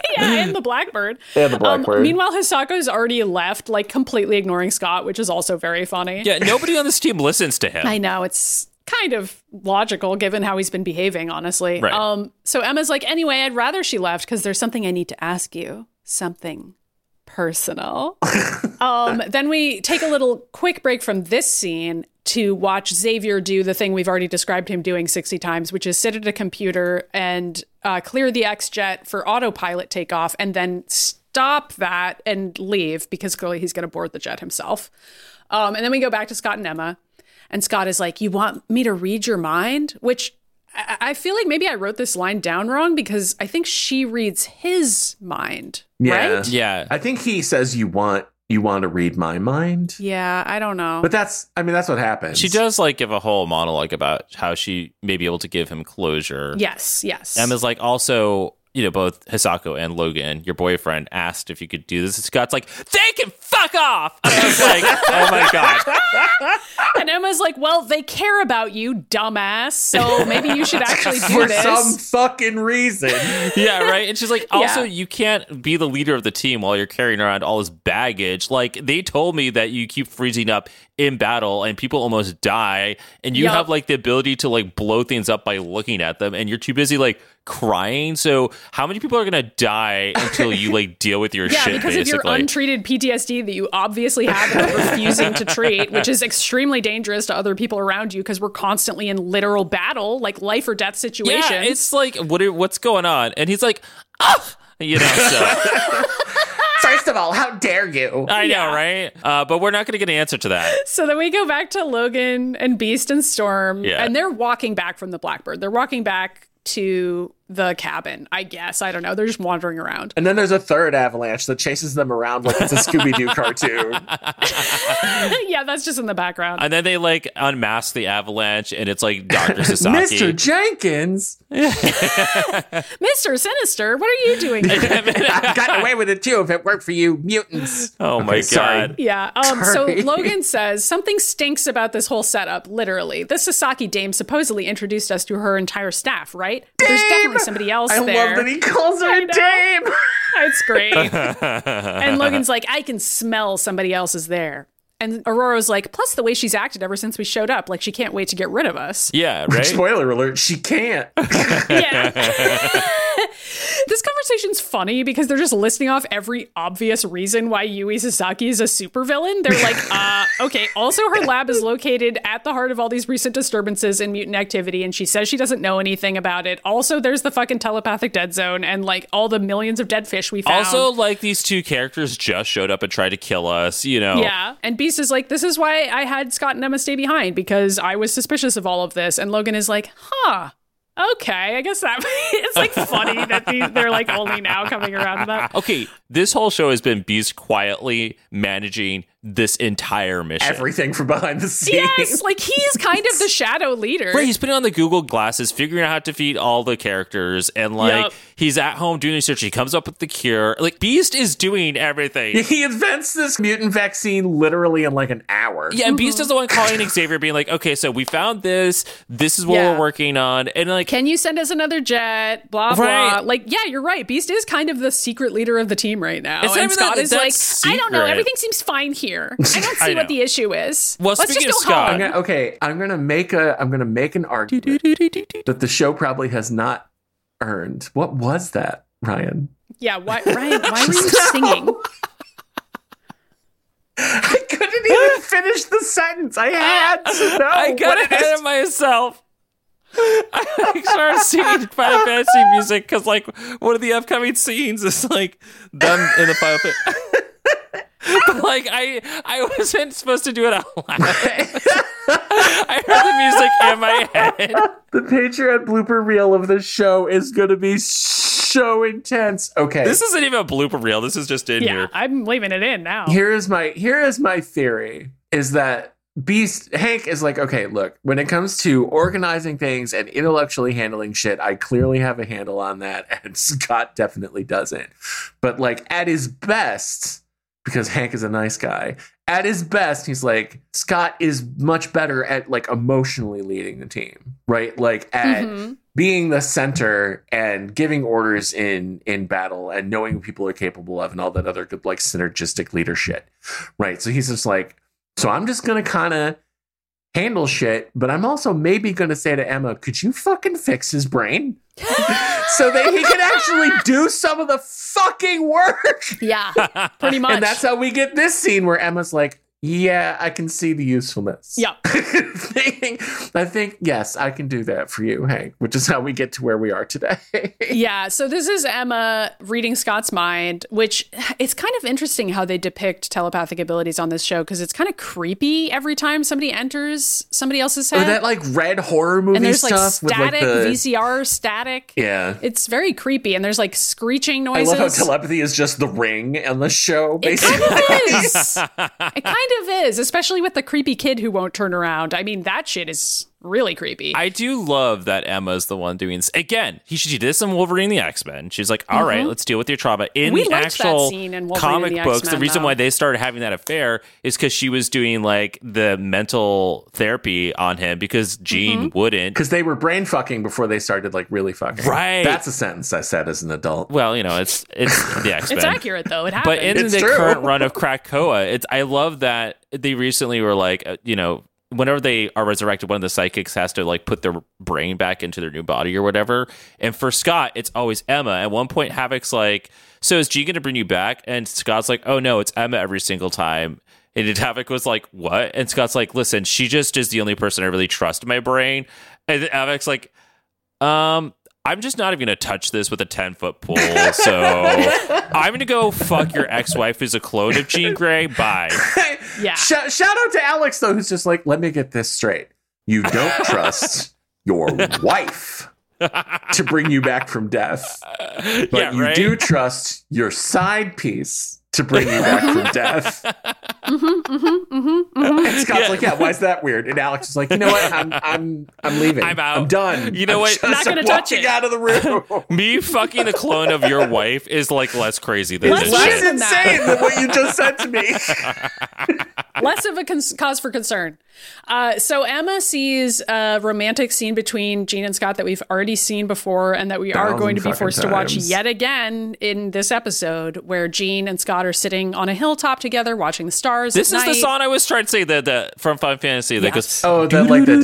A: yeah, and the Blackbird.
C: And the
B: Um,
C: Blackbird.
A: Um, meanwhile, Hisako's already left, like completely ignoring Scott, which is also very funny.
B: Yeah, nobody on this team listens to him.
A: I know it's kind of logical given how he's been behaving, honestly.
B: Right.
A: Um, so Emma's like, anyway, I'd rather she left because there's something I need to ask you. Something personal. um, then we take a little quick break from this scene to watch Xavier do the thing we've already described him doing 60 times, which is sit at a computer and uh, clear the X Jet for autopilot takeoff and then stop that and leave because clearly he's going to board the jet himself. Um, and then we go back to Scott and Emma. And Scott is like, You want me to read your mind? Which I, I feel like maybe I wrote this line down wrong because I think she reads his mind,
C: Yeah.
A: right?
B: yeah,
C: I think he says you want you want to read my mind.
A: Yeah, I don't know.
C: But that's I mean that's what happens.
B: she does like give a whole monologue about how she may be able to give him closure.
A: yes, yes.
B: Emma's like also. You know, both Hisako and Logan, your boyfriend, asked if you could do this. And Scott's like, they can fuck off. And I was like, oh my God.
A: and Emma's like, Well, they care about you, dumbass. So maybe you should actually do
C: for
A: this.
C: some fucking reason.
B: Yeah, right. And she's like, also,
A: Yeah.
B: you can't be the leader of the team while you're carrying around all this baggage. Like, they told me that you keep freezing up in battle and people almost die, and you
A: Yup.
B: have like the ability to like blow things up by looking at them, and you're too busy like crying. So, how many people are gonna die until you like deal with your
A: yeah,
B: shit?
A: because of your
B: basically,
A: untreated PTSD that you obviously have and are refusing to treat, which is extremely dangerous to other people around you because we're constantly in literal battle, like life or death situations.
B: yeah, it's like what are, what's going on? And he's like, ah. You know, so
C: First of all, how dare you?
B: I
A: Yeah.
B: know, right? Uh, but we're not going to get an answer to that.
A: So then we go back to Logan and Beast and Storm,
B: Yeah.
A: and they're walking back from the Blackbird. They're walking back to the cabin, I guess. I don't know. They're just wandering around.
C: And then there's a third avalanche that chases them around like it's a Scooby Doo cartoon.
A: yeah, that's just in the background.
B: And then they like unmask the avalanche, and it's like Doctor Sasaki.
C: Mr. Jenkins
A: Mr. Sinister, what are you doing? here?
C: got away with it too if it weren't for you mutants.
B: Oh my
C: Okay, sorry.
B: god.
A: yeah. Um, so
C: Sorry.
A: Logan says something stinks about this whole setup, literally. This Sasaki dame supposedly introduced us to her entire staff, right? But There's definitely somebody else
C: I
A: there.
C: love that he calls her
A: I
C: a
A: know.
C: dame.
A: It's great. and Logan's like, I can smell somebody else is there. And Aurora's like, plus the way she's acted ever since we showed up, like she can't wait to get rid of us.
B: Yeah, right?
C: Spoiler alert, she can't.
A: Yeah. this conversation's funny because they're just listing off every obvious reason why Yui Sasaki is a supervillain. They're like, uh, okay, also her lab is located at the heart of all these recent disturbances in mutant activity, and she says she doesn't know anything about it. Also, there's the fucking telepathic dead zone and like all the millions of dead fish we found.
B: Also, like these two characters just showed up and tried to kill us, you know.
A: Yeah. And Beast is like, this is why I had Scott and Emma stay behind because I was suspicious of all of this. And Logan is like, huh. Okay, I guess that it's like funny that these, they're like only now coming around to that.
B: Okay, this whole show has been Beast quietly managing this entire mission.
C: Everything from behind the scenes.
A: Yes, like he's kind of the shadow leader.
B: Right, he's putting on the Google glasses, figuring out how to defeat all the characters, and like
A: Yup.
B: he's at home doing research. He comes up with the cure. Like Beast is doing everything.
C: He invents this mutant vaccine literally in like an hour.
B: Yeah,
A: Mm-hmm.
B: and Beast is the one calling Xavier, being like, "Okay, so we found this. This is what
A: Yeah.
B: we're working on." And like,
A: Can you send us another jet? Blah blah.
B: Right.
A: Like, yeah, you're right. Beast is kind of the secret leader of the team right now.
B: It's not
A: and
B: even that-
A: Scott is
B: that's
A: like, I don't know.
B: secret.
A: Everything seems fine here. I don't
B: I
A: see what
B: know.
A: the issue is.
B: Well,
A: Let's just
B: speaking
A: go
B: of Scott-
A: home.
C: I'm gonna, okay, I'm gonna make a I'm gonna make an argument that the show probably has not earned. What was that, Ryan?
A: yeah. Why, Ryan? Why were you singing?
C: I couldn't even finish the sentence. I had to know.
A: Oh,
B: I got
C: what
B: ahead of myself. I started singing Final Fantasy music because, like, one of the upcoming scenes is like them in the Final Fantasy. but like, I I wasn't supposed to do it out loud. I heard the music in my head.
C: The Patreon blooper reel of this show is gonna be. so intense. Okay.
B: This isn't even a blooper reel. This is just in
A: Yeah,
B: here.
A: I'm leaving it in now.
C: here is my here is my theory is that beast hank is like okay look when it comes to organizing things and intellectually handling shit i clearly have a handle on that and scott definitely doesn't but like at his best because hank is a nice guy at his best he's like scott is much better at like emotionally leading the team right like at
A: Mhm.
C: being the center and giving orders in in battle and knowing what people are capable of and all that other good like synergistic leader shit. Right. So he's just like, so I'm just gonna kinda handle shit, but I'm also maybe gonna say to Emma, could you fucking fix his brain? so that he can actually do some of the fucking work.
A: Yeah, pretty much.
C: And that's how we get this scene where Emma's like, yeah, I can see the usefulness.
A: yeah.
C: Thinking- I think, yes, I can do that for you, Hank, which is how we get to where we are today. Oh,
A: Yeah, so this is Emma reading Scott's mind, which it's kind of interesting how they depict telepathic abilities on this show because it's kind of creepy every time somebody enters somebody else's head.
C: Or Oh, that like red horror movie
A: and there's like
C: stuff
A: static
C: with like the
A: VCR static.
C: yeah.
A: It's very creepy, and there's like screeching
C: I
A: noises.
C: love how telepathy is just the ring and the show.
A: it
C: Basically,
A: kind of is. it kind of is, especially with the creepy kid who won't turn around. I mean, that shit is really creepy.
B: I do love that Emma's the one doing this. Again, he she did this in Wolverine and the X Men. She's like, all right, let's deal with your trauma. In
A: Mm-hmm. We
B: the
A: liked that
B: actual
A: scene in Wolverine and
B: comic
A: the
B: books, the
A: X-Men,
B: reason
A: though.
B: why they started having that affair is because she was doing like the mental therapy on him because Jean
A: Mm-hmm.
B: wouldn't.
C: because they were brain fucking before they started like really fucking.
B: Right.
C: That's a sentence I said as an adult.
B: Well, you know, it's it's the X Men.
A: it's accurate though. It happened.
B: But in
C: It's
B: the
C: true.
B: current run of Krakoa, it's I love that they recently were like, uh, you know, whenever they are resurrected, one of the psychics has to like put their brain back into their new body or whatever. And for Scott, it's always Emma. At one point, Havoc's like, "So is G going to bring you back?" And Scott's like, "Oh no, it's Emma every single time." And then Havoc was like, "What?" And Scott's like, "Listen, she just is the only person I really trust in my brain." And then Havoc's like, um, I'm just not even gonna touch this with a ten foot pole. So I'm gonna go fuck your ex wife who's a clone of Jean Grey. Bye.
A: yeah.
C: Shout, shout out to Alex though, who's just like, let me get this straight. You don't trust your wife to bring you back from death. But
B: yeah,
C: you
B: right.
C: do trust your side piece to bring you back from death.
A: Mm-hmm,
C: And Scott's like, yeah, why is that weird? And Alex is like, you know what? I'm I'm I'm leaving.
B: I'm out.
C: I'm done.
B: You know
C: I'm
B: what?
C: just
A: Not gonna touch
C: walking
A: it."
C: out of the room.
B: Me fucking a clone of your wife is like less crazy than
A: Less
B: this.
A: crazy.
B: shit.
C: Less
A: than that.
C: insane than what you just said to me.
A: less of a cons- cause for concern. Uh, so Emma sees a romantic scene between Gene and Scott that we've already seen before, and that we are
C: Thousand
A: going to be
C: fucking
A: forced to watch
C: times.
A: yet again in this episode, where Gene and Scott are sitting on a hilltop together watching the stars.
B: This
A: at
B: is the
A: night.
B: song I was trying to say that the from Final Fantasy that
A: Yes.
B: goes.
C: Oh, that like the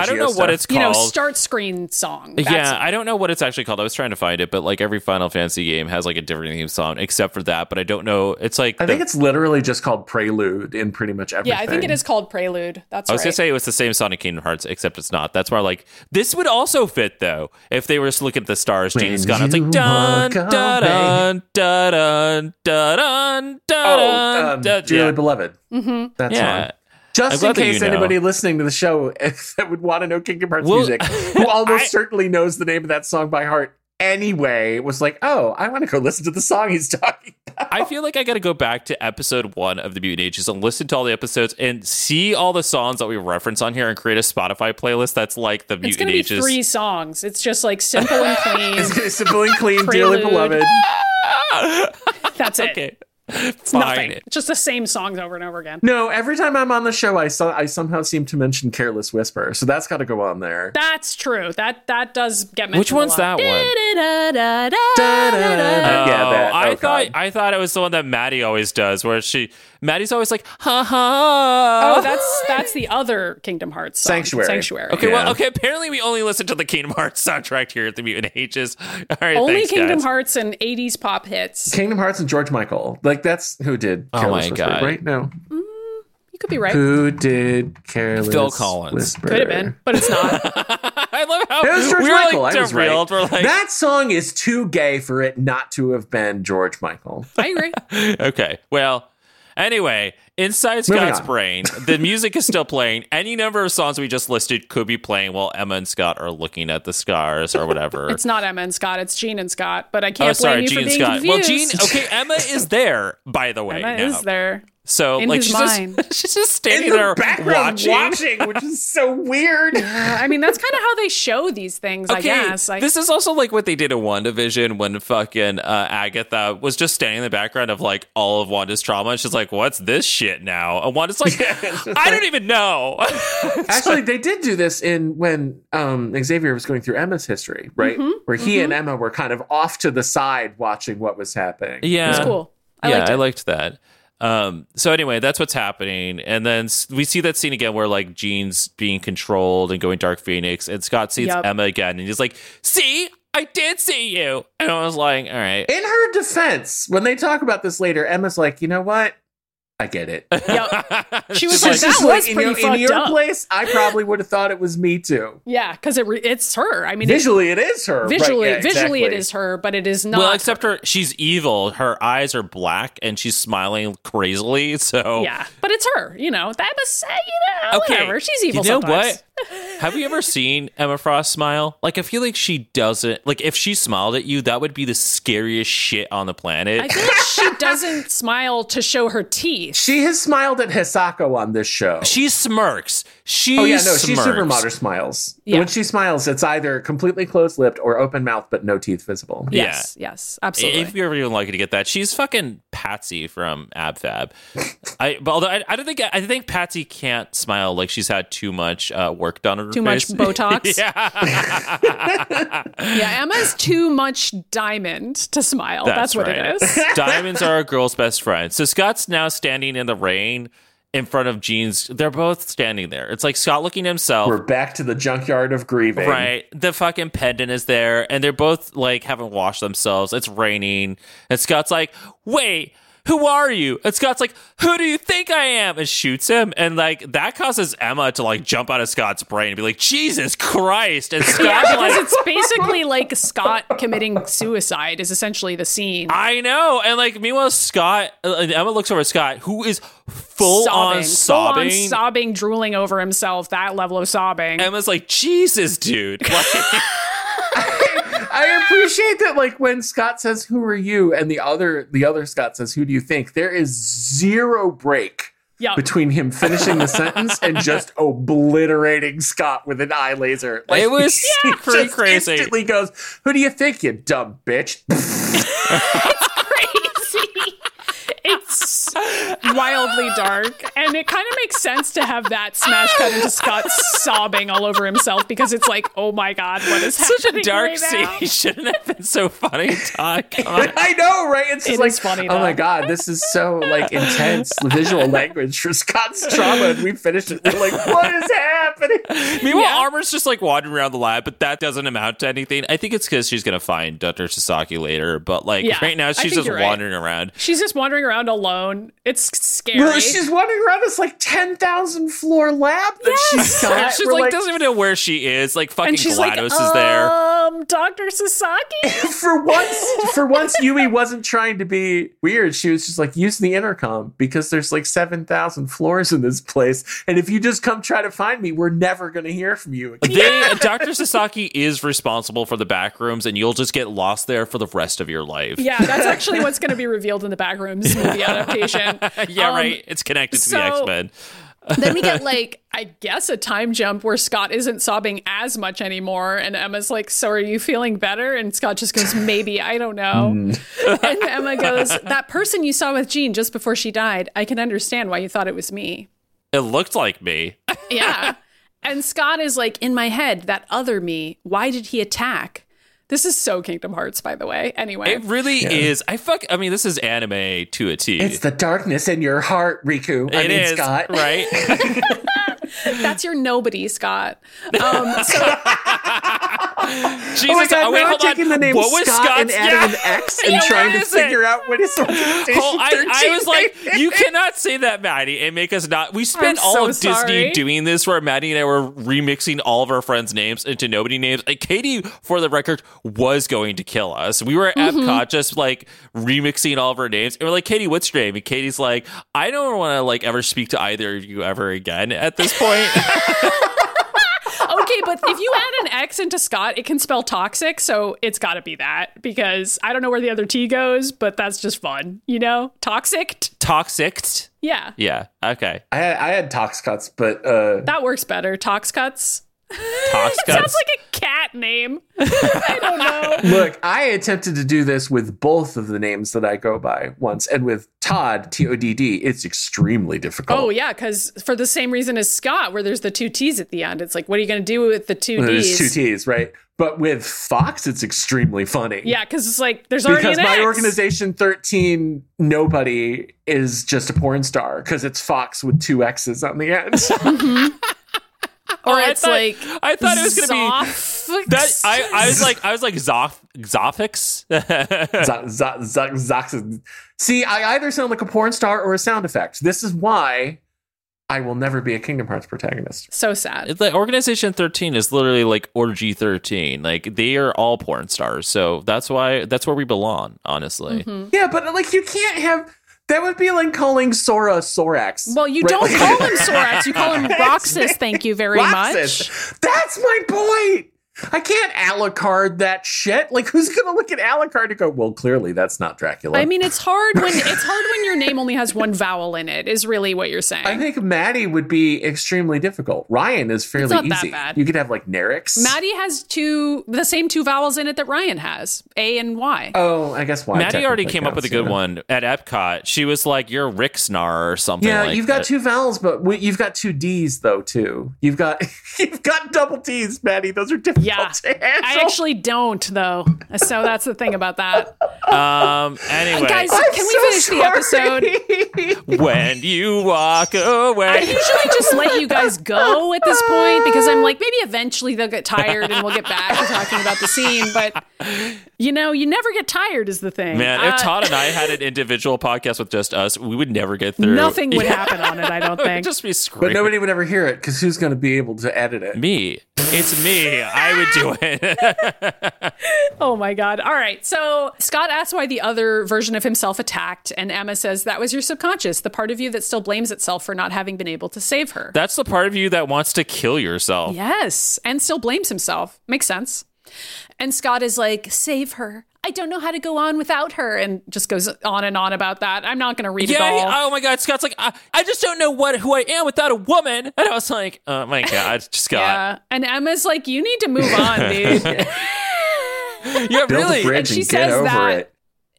B: I don't know what it's
A: You
B: called.
A: know, start screen song. That's
B: yeah,
A: it.
B: I don't know what it's actually called. I was trying to find it, but like every Final Fantasy game has like a different theme song, except for that. But I don't know. It's like
C: I
B: the-
C: think it's literally just called Prelude in pretty much everything.
A: yeah. I think it is called Prelude. That's
B: I was
A: right.
B: gonna say it was the same Sonic Kingdom Hearts, except it's not. That's where like this would also fit though if they were just looking at the stars.
C: When
B: Gene's gone. It's
C: you
B: like dun
C: walk
B: dun dun dun dun dun
C: Oh,
B: dun.
C: um,
B: dun.
C: dearly
B: Yeah.
C: beloved.
A: Mm-hmm.
C: That's
B: Yeah.
C: right. Just
B: I'm
C: in
B: glad that
C: case
B: you know.
C: anybody listening to the show that would want to know Kingdom Hearts
B: Well,
C: music, who almost
B: I-
C: certainly knows the name of that song by heart anyway, was like, oh, I want to go listen to the song he's talking about.
B: I feel like I got to go back to episode one of the Mutant Ages and listen to all the episodes and see all the songs that we reference on here and create a Spotify playlist that's like the
A: it's
B: Mutant
A: going to be
B: Ages.
A: three songs. It's just like simple and clean.
C: It's Simple and clean, dearly
A: Prelude.
C: beloved.
A: That's it.
B: Okay,
A: It's
B: fine.
A: nothing. It's just the same songs over and over again.
C: No, every time I'm on the show, I saw I somehow seem to mention Careless Whisper, so that's got to go on there.
A: That's true. That that does get mentioned.
B: Which one's that one?
A: one?
B: Oh,
C: Yeah, that-
B: I
C: oh,
B: thought
C: God.
B: I thought it was the one that Maddie always does, where she Maddie's always like, ha ha.
A: Oh, that's that's the other Kingdom Hearts song.
C: Sanctuary.
A: Sanctuary.
B: Okay,
C: Yeah.
B: well, okay. Apparently, we only listen to the Kingdom Hearts soundtrack here at the Mutant Ages. All right,
A: Only
B: thanks,
A: Kingdom
B: guys.
A: Hearts and 80s pop hits.
C: Kingdom Hearts and George Michael, like that's who did.
B: Oh
C: Careless
B: my
C: Whisper,
B: God.
C: Right? No,
A: You could be right.
C: who did Careless?
B: Phil Collins.
C: Whisper?
A: Could have been, but it's not.
B: I love how
C: It was George
B: we were
C: Michael.
B: like
C: I was
B: derailed. We're
C: right.
B: like,
C: that song is too gay for it not to have been George Michael.
A: I agree.
B: okay, well, Anyway, inside
C: Moving
B: Scott's
C: on.
B: brain, the music is still playing. Any number of songs we just listed could be playing while Emma and Scott are looking at the scars or whatever.
A: It's not Emma and Scott, it's Gene and Scott, but I can't
B: oh,
A: blame
B: sorry,
A: you
B: Gene
A: for
B: and
A: being
B: Scott. Well, Gene,
A: confused.
B: okay, Emma is there, by the way.
A: Emma
B: now.
A: is there.
B: So,
A: In
B: like,
A: his
B: she's
A: mind.
B: just she's just
C: in
B: standing
C: the
B: there
C: background watching.
B: watching.
C: which is so weird.
A: Uh, I mean, that's kind of how they show these things, I guess. Like,
B: this is also like what they did in WandaVision when fucking uh, Agatha was just standing in the background of like all of Wanda's trauma. And she's like, what's this shit now? And Wanda's like,
C: it's just
B: I don't even know.
C: Actually, they did do this in when um, Xavier was going through Emma's history, right?
A: Mm-hmm.
C: Where he and Emma were kind of off to the side watching what was happening.
B: yeah.
A: it's cool. I
B: yeah,
A: liked
B: I
A: it.
B: liked that. Um, so anyway, that's what's happening, and then s- we see that scene again where like Jean's being controlled and going Dark Phoenix, and Scott sees
A: Yup.
B: Emma again, and he's like, "See, I did see you," and I was like, "All right."
C: In her defense, when they talk about this later, Emma's like, you know what? I get it.
A: Yup. She was like,
B: Just like-
A: that
C: She's
A: was
C: in
A: pretty
C: your,
A: fucked
C: in your
A: up.
C: place, I probably would have thought it was me too.
A: Yeah, because it re- it's her. I mean, it-
C: Visually, it is her. right?
A: visually,
C: Yeah,
A: visually, it
C: exactly.
A: is her, but it is not.
B: Well, except her, she's evil. Her eyes are black, and she's smiling crazily. So
A: yeah, but it's her. You know, that was uh, you know,
B: Okay.
A: whatever. She's evil.
B: You know
A: sometimes.
B: what? Have you ever seen Emma Frost smile? Like, I feel like she doesn't. Like, if she smiled at you, that would be the scariest shit on the planet.
A: I think she doesn't smile to show her teeth.
C: She has smiled at Hisako on this show.
B: She smirks. She
C: oh yeah, no,
B: smirks.
C: she supermodel smiles.
A: Yeah.
C: When she smiles, it's either completely closed-lipped or open mouth but no teeth visible.
B: Yeah.
A: Yes, yes,
B: I-
A: absolutely.
B: If you're ever even lucky to get that, she's fucking Patsy from AbFab. I, but although I, I don't think I think Patsy can't smile like she's had too much uh, work done on her
A: too much
B: face.
A: Botox.
B: yeah,
A: yeah, Emma's too much diamond to smile. That's, what
B: right.
A: it is.
B: Diamonds are a girl's best friend. So Scott's now standing in the rain in front of Jean's. They're both standing there. It's like Scott looking at himself.
C: We're back to the junkyard of grieving.
B: Right. The fucking pendant is there, and they're both like haven't washed themselves. It's raining. And Scott's like, wait, who are you? And Scott's like, who do you think I am? And shoots him. And like that causes Emma to like jump out of Scott's brain and be like, Jesus Christ. And Scott's
A: Yeah, because
B: like,
A: it's basically like Scott committing suicide is essentially the scene.
B: I know. And like meanwhile, Scott uh, and Emma looks over at Scott, who is full on sobbing.
A: full on sobbing, drooling over himself. That level of sobbing.
B: Emma's like, Jesus, dude. Like,
C: I appreciate that like when Scott says who are you and the other the other Scott says who do you think there is zero break
A: yeah,
C: between him finishing the sentence and just obliterating Scott with an eye laser.
B: It was
C: he
B: pretty
C: just
B: crazy.
C: Instantly goes, "Who do you think you dumb bitch?"
A: crazy. It's wildly dark, and it kind of makes sense to have that smash cut into Scott sobbing all over himself because it's like, oh my god, what is
B: such a
A: happening?
B: dark
A: right now?
B: scene. Shouldn't have been so funny. Todd. Come on.
C: I know, right? It's just
A: Oh, It
C: like,
A: is funny,
C: oh my
A: though.
C: god, this is so like intense visual language for Scott's trauma, and we finished it. We're like, what is happening?
B: Meanwhile,
A: Yeah.
B: Armor's just like wandering around the lab, but that doesn't amount to anything. I think it's because she's gonna find Dr. Sasaki later, but like
A: Yeah,
B: right now
A: I
B: she's
A: think
B: just
A: you're right.
B: wandering around.
A: She's just wandering around alone. It's scary.
C: Well, she's wandering around this like ten thousand floor lab that she's
B: And
C: got.
B: she's
C: We're
B: like, doesn't even know where she is. Like fucking
A: and she's like,
B: GLaDOS is there.
A: um, Doctor Sasaki.
C: for once for once Yui wasn't trying to be weird. She was just like use the intercom because there's like 7,000 floors in this place and if you just come try to find me, we're never going to hear from you again.
B: They, Dr. Sasaki is responsible for the back rooms, and you'll just get lost there for the rest of your life.
A: yeah, that's actually what's going to be revealed in the Backrooms movie adaptation.
B: Yeah,
A: Um,
B: right. It's connected to the
A: so-
B: X Men.
A: then we get like i guess a time jump where scott isn't sobbing as much anymore and emma's like so are you feeling better and scott just goes maybe i don't know and emma goes that person you saw with jean just before she died i can understand why you thought it was me
B: It looked like me.
A: yeah and scott is like in my head that other me why did he attack this is so kingdom hearts by the way anyway
B: It really is. I fuck. I mean, this is anime to a T.
C: It's the darkness in your heart, Riku. I
B: It
C: mean,
B: is,
C: Scott.
B: right?
A: that's your nobody scott um, so
B: Jesus,
C: Oh my god,
B: oh,
C: now
B: wait,
C: I'm
B: hold on.
C: taking the name
B: what was
C: Scott and
B: Scott's-
C: adding
B: Yeah.
C: an X and
B: Yeah,
C: trying
B: what
C: to
B: is it?
C: figure out what his organization
B: Oh, I, I
C: 13
B: was like,
C: is.
B: you cannot say that, Maddie, and make us not. We spent
A: I'm
B: all
A: so
B: of Disney
A: sorry.
B: doing this where Maddie and I were remixing all of our friends' names into nobody names. And Katie, for the record, was going to kill us. We were at
A: Mm-hmm.
B: Epcot just like remixing all of our names. And we're like, Katie, what's your name? And Katie's like, I don't want to like ever speak to either of you ever again at this point.
A: okay, but if you add an X into Scott, it can spell toxic, so it's got to be that because I don't know where the other T goes, but that's just fun, you know? Toxic?
B: Toxic.
A: Yeah.
B: Yeah. Okay.
C: I had, I had tox cuts, but uh,
A: That works better. Tox cuts.
B: Toxic.
A: Sounds like a cat name. I don't know.
C: look, I attempted to do this with both of the names that I go by once, and with Todd T O D D, it's extremely difficult.
A: Oh yeah, because for the same reason as Scott, where there's the two T's at the end, it's like, what are you going to do with the two D's?
C: there's two T's, right? But with Fox, it's extremely funny.
A: Yeah, because it's like there's already
C: because
A: an
C: my
A: X.
C: organization 13 nobody is just a porn star because it's fox with two x's on the end
A: or
B: Oh, I
A: Oh, it's
B: thought-
A: like
B: I thought it was going to be.
A: Zoph-
B: That I, I was like I was like Zoph Zophix.
C: Zo- zo- zo- zox- see i either sound like a porn star or a sound effect this is why i will never be a kingdom hearts protagonist
A: so sad.
B: It's like Organization 13 is literally like Orgy 13. Like they are all porn stars. So that's why that's where we belong, honestly.
A: Mm-hmm.
C: yeah but like you can't have that would be like calling sora sorax
A: Well, you
C: right?
A: don't
C: Like-
A: call him Sorax, you call him Roxas. Thank you very
C: Roxas.
A: much.
C: that's my point I can't Alucard that shit. Like, who's gonna look at Alucard and go, "Well, clearly that's not Dracula."
A: I mean, it's hard when it's hard when your name only has one vowel in it. Is really what you're saying.
C: I think Maddie would be extremely difficult. Ryan is fairly
A: not that
C: easy.
A: bad.
C: You could have like Nerix.
A: Maddie has two the same two vowels in it that Ryan has, A and Y.
C: Oh, I guess why.
B: Maddie already
C: technically
B: came up with a
C: counts,
B: good
C: yeah.
B: one at Epcot. She was like, You're Rixnar or something.
C: Yeah,
B: like
C: you've got
B: that.
C: two vowels, but w- you've got two D's though too. You've got you've got double D's, Maddie. Those are difficult
A: Yeah.
C: to handle.
A: I actually don't though, so that's the thing about that.
B: Um, anyway,
A: Guys,
C: I'm
A: can we
C: so
A: finish the episode?
C: sorry.
B: when you walk
A: I
B: away.
A: usually just let you guys go at this point because I'm like, maybe eventually they'll get tired and we'll get back to talking about the scene. But you know, you never get tired is the thing.
B: Man, if
A: Uh,
B: Todd and I had an individual podcast with just us, we would never get through.
A: nothing would happen on it. I don't
B: We'd
A: think.
B: just be
C: but
B: screaming.
C: nobody would ever hear it because who's going to be able to edit it?
B: me. It's me. I would do it.
A: oh my god! All right. So Scott asks why the other version of himself attacked, and Emma says that was your subconscious, the part of you that still blames itself for not having been able to save her.
B: That's the part of you that wants to kill yourself.
A: Yes, and still blames himself. Makes sense. And Scott is like, save her. I don't know how to go on without her, and just goes on and on about that. I'm not going to read
B: Yeah.
A: it all.
B: he- oh my God. Scott's like, I, I just don't know what who I am without a woman. And I was like, oh my God, Scott.
A: yeah. And Emma's like, you need to move on, dude.
B: Yeah,
C: Build
B: really.
C: a bridge
A: And
C: and,
A: she
C: get
A: says
C: over
A: that-
C: it.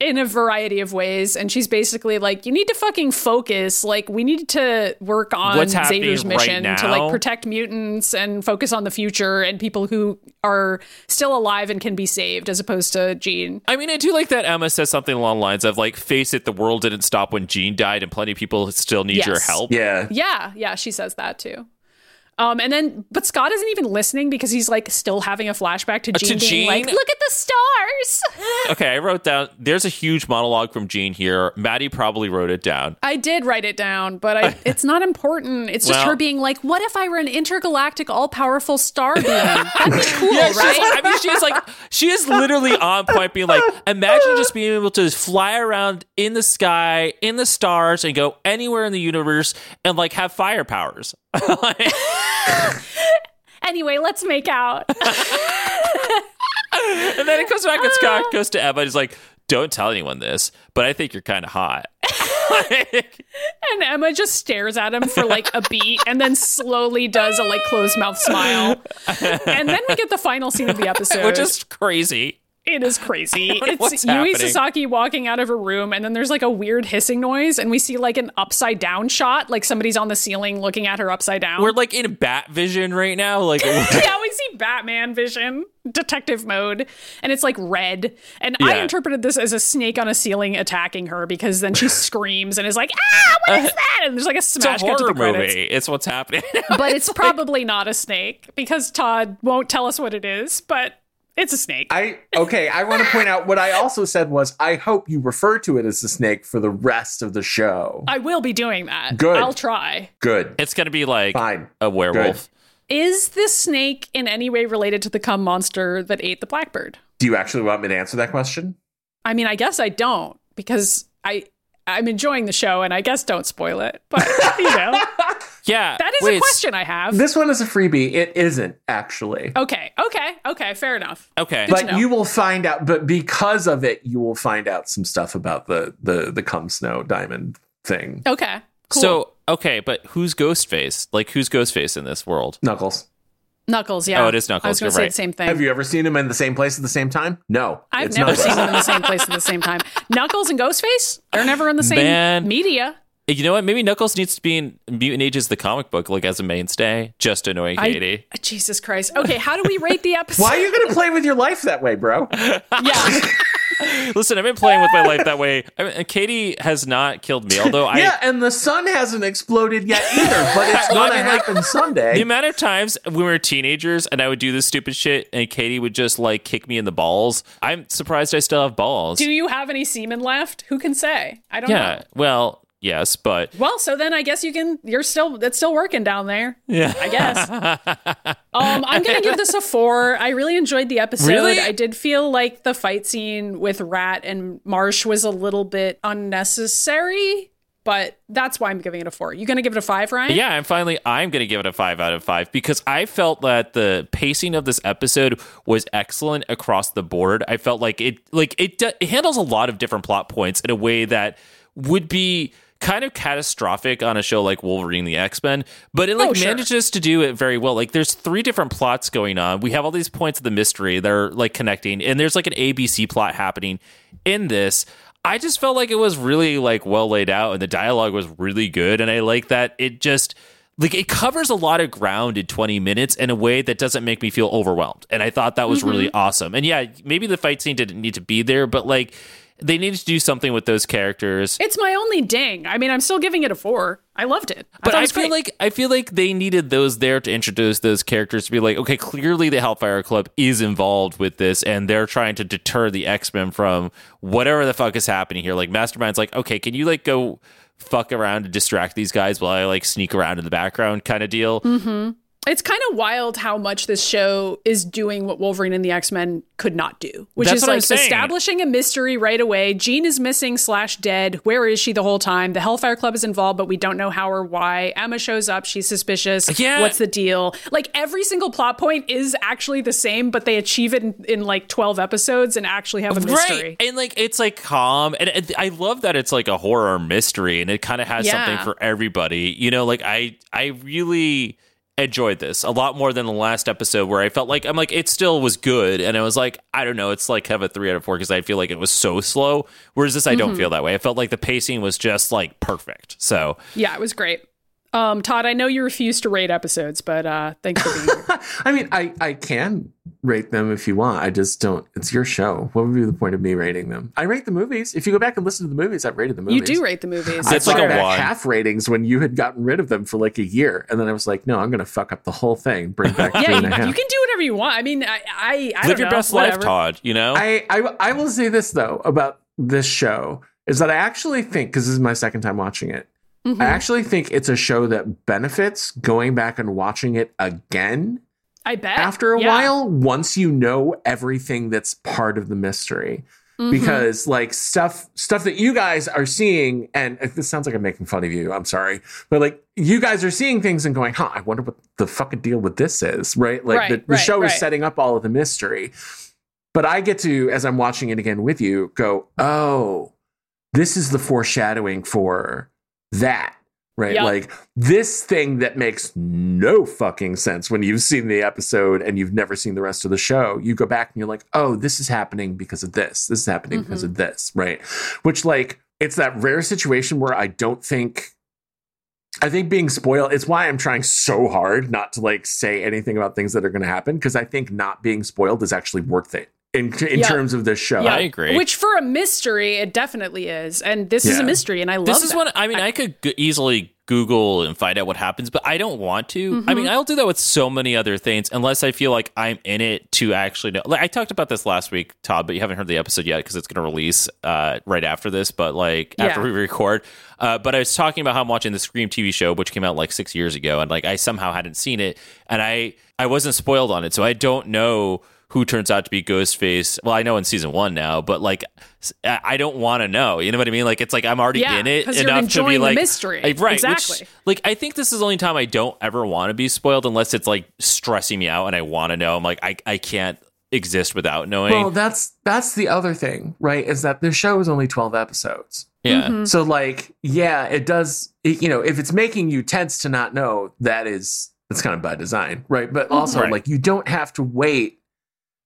A: In a variety of ways. And she's basically like, you need to fucking focus. Like, we need to work on
B: What's happening
A: Xavier's
B: right
A: mission to
B: now?
A: like protect mutants and focus on the future and people who are still alive and can be saved as opposed to Jean.
B: I mean, I do like that Emma says something along the lines of like, face it, the world didn't stop when Gene died, and plenty of people still need your
A: Yes.
B: help.
C: Yeah.
A: Yeah, yeah, she says that too. Um, and then, but Scott isn't even listening because he's like still having a flashback to
B: to
A: Gene, being like,
B: Gene?
A: "Look at the stars."
B: Okay, I wrote down. There's a huge monologue from Gene here. Maddie probably wrote it down.
A: I did write it down, but I, it's not important. It's just
B: Well-
A: her being like, "What if I were an intergalactic, all-powerful star being? That'd be cool,
B: Yeah, she's
A: right?"
B: like, I mean, she's like, she is literally on point, being like, imagine just being able to fly around in the sky, in the stars, and go anywhere in the universe and like have fire powers. Like,
A: Anyway, let's make out.
B: and then it comes back, and Scott goes to Emma, and he's like, don't tell anyone this, but I think you're kind of hot. Like,
A: and Emma just stares at him for like a beat, and then slowly does a like closed mouth smile. And then we get the final scene of the episode,
B: which is crazy.
A: It is crazy.
B: know
A: It's
B: what's
A: Yui
B: happening.
A: Sasaki walking out of her room, and then there's like a weird hissing noise, and we see like an upside down shot, like somebody's on the ceiling looking at her upside down.
B: We're like in bat vision right now. Like,
A: yeah, we see Batman vision, detective mode, and it's like red. And I
B: Yeah.
A: interpreted this as a snake on a ceiling attacking her because then she screams and is like, "Ah, what is that?" And there's like a
B: Uh, it's a
A: smash cut to
B: horror
A: the credits.
B: movie. It's what's happening.
A: But it's probably not a snake because Todd won't tell us what it is. But It's a snake.
C: I okay, I want to point out what I also said was I hope you refer to it as the snake for the rest of the show.
A: I will be doing that.
C: Good.
A: I'll try.
C: Good.
B: It's gonna be like
C: Fine.
B: a werewolf.
A: Is this snake in any way related to the cum monster that ate the blackbird?
C: Do you actually want me to answer that question?
A: I mean, I guess I don't because I I'm enjoying the show and I guess don't spoil it. But you know,
B: Yeah,
A: that is
B: wait,
A: a
B: it's-
A: question I have.
C: This one is a freebie. It isn't actually.
A: okay, okay, okay, fair enough.
B: Okay,
A: Oh, to
C: But
A: know.
C: you will find out but because of it you will find out some stuff about the the the cum snow diamond thing.
A: Okay, cool.
B: so okay, but who's Ghostface? Like who's Ghostface in this world?
C: Knuckles.
A: Knuckles, yeah.
B: Oh, it is Knuckles,
A: I was going
B: you're
A: to say
B: right.
A: the same thing.
C: Have you ever seen them in the same place at the same time? No.
A: I've
C: it's
A: never
C: Knuckles.
A: seen them in the same place at the same time. Knuckles and Ghostface, they're never in the same
B: Man.
A: media.
B: You know what? Maybe Knuckles needs to be in Mutant Ages the comic book, like as a mainstay, just annoying
A: I-
B: Katie.
A: Jesus Christ. Okay, how do we rate the episode?
C: Why are you going to play with your life that way, bro?
A: Yeah.
B: Listen, I've been playing with my life that way. I mean, Katie has not killed me, although I.
C: yeah, and the sun hasn't exploded yet either, but it's
B: Well, I
C: going to
B: mean, like,
C: happen someday.
B: The amount of times when we were teenagers and I would do this stupid shit and Katie would just like kick me in the balls, I'm surprised I still have balls.
A: do you have any semen left? Who can say? I don't know.
B: yeah. Well, yes, but
A: Well, so then I guess you can. You're still. It's still working down there.
B: Yeah.
A: I guess. um, I'm gonna give this a four. I really enjoyed the episode.
B: Really?
A: I did feel like the fight scene with Rat and Marsh was a little bit unnecessary, but that's why I'm giving it a four. You gonna give it a five, Ryan?
B: yeah, I'm finally I'm gonna give it a five out of five because I felt that the pacing of this episode was excellent across the board. I felt like it like it, d- it handles a lot of different plot points in a way that would be kind of catastrophic on a show like Wolverine the X-Men, but it like
A: Oh, sure.
B: manages to do it very well. Like there's three different plots going on. We have all these points of the mystery that are like connecting and there's like an ABC plot happening in this. I just felt like it was really like well laid out and the dialogue was really good and I like that it just like it covers a lot of ground in 20 minutes in a way that doesn't make me feel overwhelmed and i thought that was really
A: Mm-hmm.
B: awesome and yeah maybe the fight scene didn't need to be there but like they needed to do something with those characters
A: It's my only ding. I mean, I'm still giving it a four. I loved it. I
B: but
A: thought it
B: I
A: was
B: feel
A: great.
B: like I feel like they needed those there to introduce those characters to be like, okay, clearly the Hellfire Club is involved with this, and they're trying to deter the X Men from whatever the fuck is happening here. Like Mastermind's like, okay, can you like go fuck around and distract these guys while I like sneak around in the background, kind of deal.
A: it's kind of wild how much this show is doing what Wolverine and the X Men could not do, which is
B: That's what I'm
A: like
B: saying.
A: establishing a mystery right away. Jean is missing slash dead. Where is she the whole time? The Hellfire Club is involved, but we don't know how or why. Emma shows up. She's suspicious.
B: Yeah.
A: What's the deal? Like every single plot point is actually the same, but they achieve it in, in like 12 episodes and actually have a mystery.
B: Right. And like it's like calm and it, I love that it's like a horror mystery and it kind of has
A: Yeah.
B: something for everybody. You know, like I I really enjoyed this a lot more than the last episode where I felt like I'm like it still was good and I was like I don't know, it's like have a 3 out of 4 cuz I feel like it was so slow whereas this I
A: Mm-hmm.
B: don't feel that way. I felt like the pacing was just like perfect. So,
A: Yeah, it was great. Um, Todd, I know you refuse to rate episodes, but uh, thanks for being here.
C: I mean, I, I can rate them if you want. I just don't. It's your show. What would be the point of me rating them? I rate the movies. If you go back and listen to the movies, I've rated the movies.
A: you do rate the movies.
C: I
B: That's like
C: brought
B: a
C: back
B: one.
C: half ratings when you had gotten rid of them for like a year, and then I was like, no, I'm going to fuck up the whole thing. Bring back three
A: yeah,
C: and a half.
A: you, you can do whatever you want. I mean, I, I, I don't
B: live your
A: know,
B: best life,
A: whatever.
B: Todd, you know?
C: I, I I will say this though about this show is that I actually think because this is my second time watching it. I actually think it's a show that benefits going back and watching it again
A: I bet.
C: after a
A: Eh, Yeah.
C: while once you know everything that's part of the mystery
A: Mm-hmm.
C: because like stuff stuff that you guys are seeing and uh, this sounds like i'm making fun of you i'm sorry but like you guys are seeing things and going huh i wonder what the fucking deal with this is right like
A: Right,
C: the, the
A: right,
C: show
A: right.
C: is setting up all of the mystery but i get to as i'm watching it again with you go oh this is the foreshadowing for that right
A: Yep.
C: like this thing that makes no fucking sense when you've seen the episode and you've never seen the rest of the show you go back and you're like oh this is happening because of this this is happening because of this right which like it's that rare situation where i don't think I think being spoiled, it's why I'm trying so hard not to like say anything about things that are going to happen because I think not being spoiled is actually worth it in in
A: Yeah.
C: terms of this show.
B: Yeah. I agree.
A: Which for a mystery, it definitely is, and this is
C: Yeah.
A: a mystery, and I love
B: this is
A: that.
B: what I mean. I, could g- easily Google and find out what happens, but I don't want to.
A: Mm-hmm.
B: I mean, I'll do that with so many other things unless I feel like I'm in it to actually know. Like I talked about this last week, Todd, but you haven't heard the episode yet because it's going to release uh, right after this. But like after
A: Yeah.
B: we record, uh, but I was talking about how I'm watching the Scream TV show, which came out like six years ago, and like I somehow hadn't seen it, and I I wasn't spoiled on it, so I don't know. Who turns out to be Ghostface? Well, I know in season one now, but like, s- I I don't want to know. You know what I mean? Like, it's like I'm already
A: Yeah,
B: in it
A: 'cause you're
B: enough to be
A: enjoying the
B: like
A: mystery.
B: like, right? which-
A: Exactly.
B: like I think this is the only time I don't ever want to be spoiled unless it's like stressing me out and I want to know. I'm like I I can't exist without knowing.
C: Well, that's that's the other thing, right? Is that the show is only twelve episodes.
B: yeah.
A: mm-hmm.
C: So like, yeah, it does. it- you know, if it's making you tense to not know, that is that's kind of by design, right? But also,
B: Right.
C: like, you don't have to wait.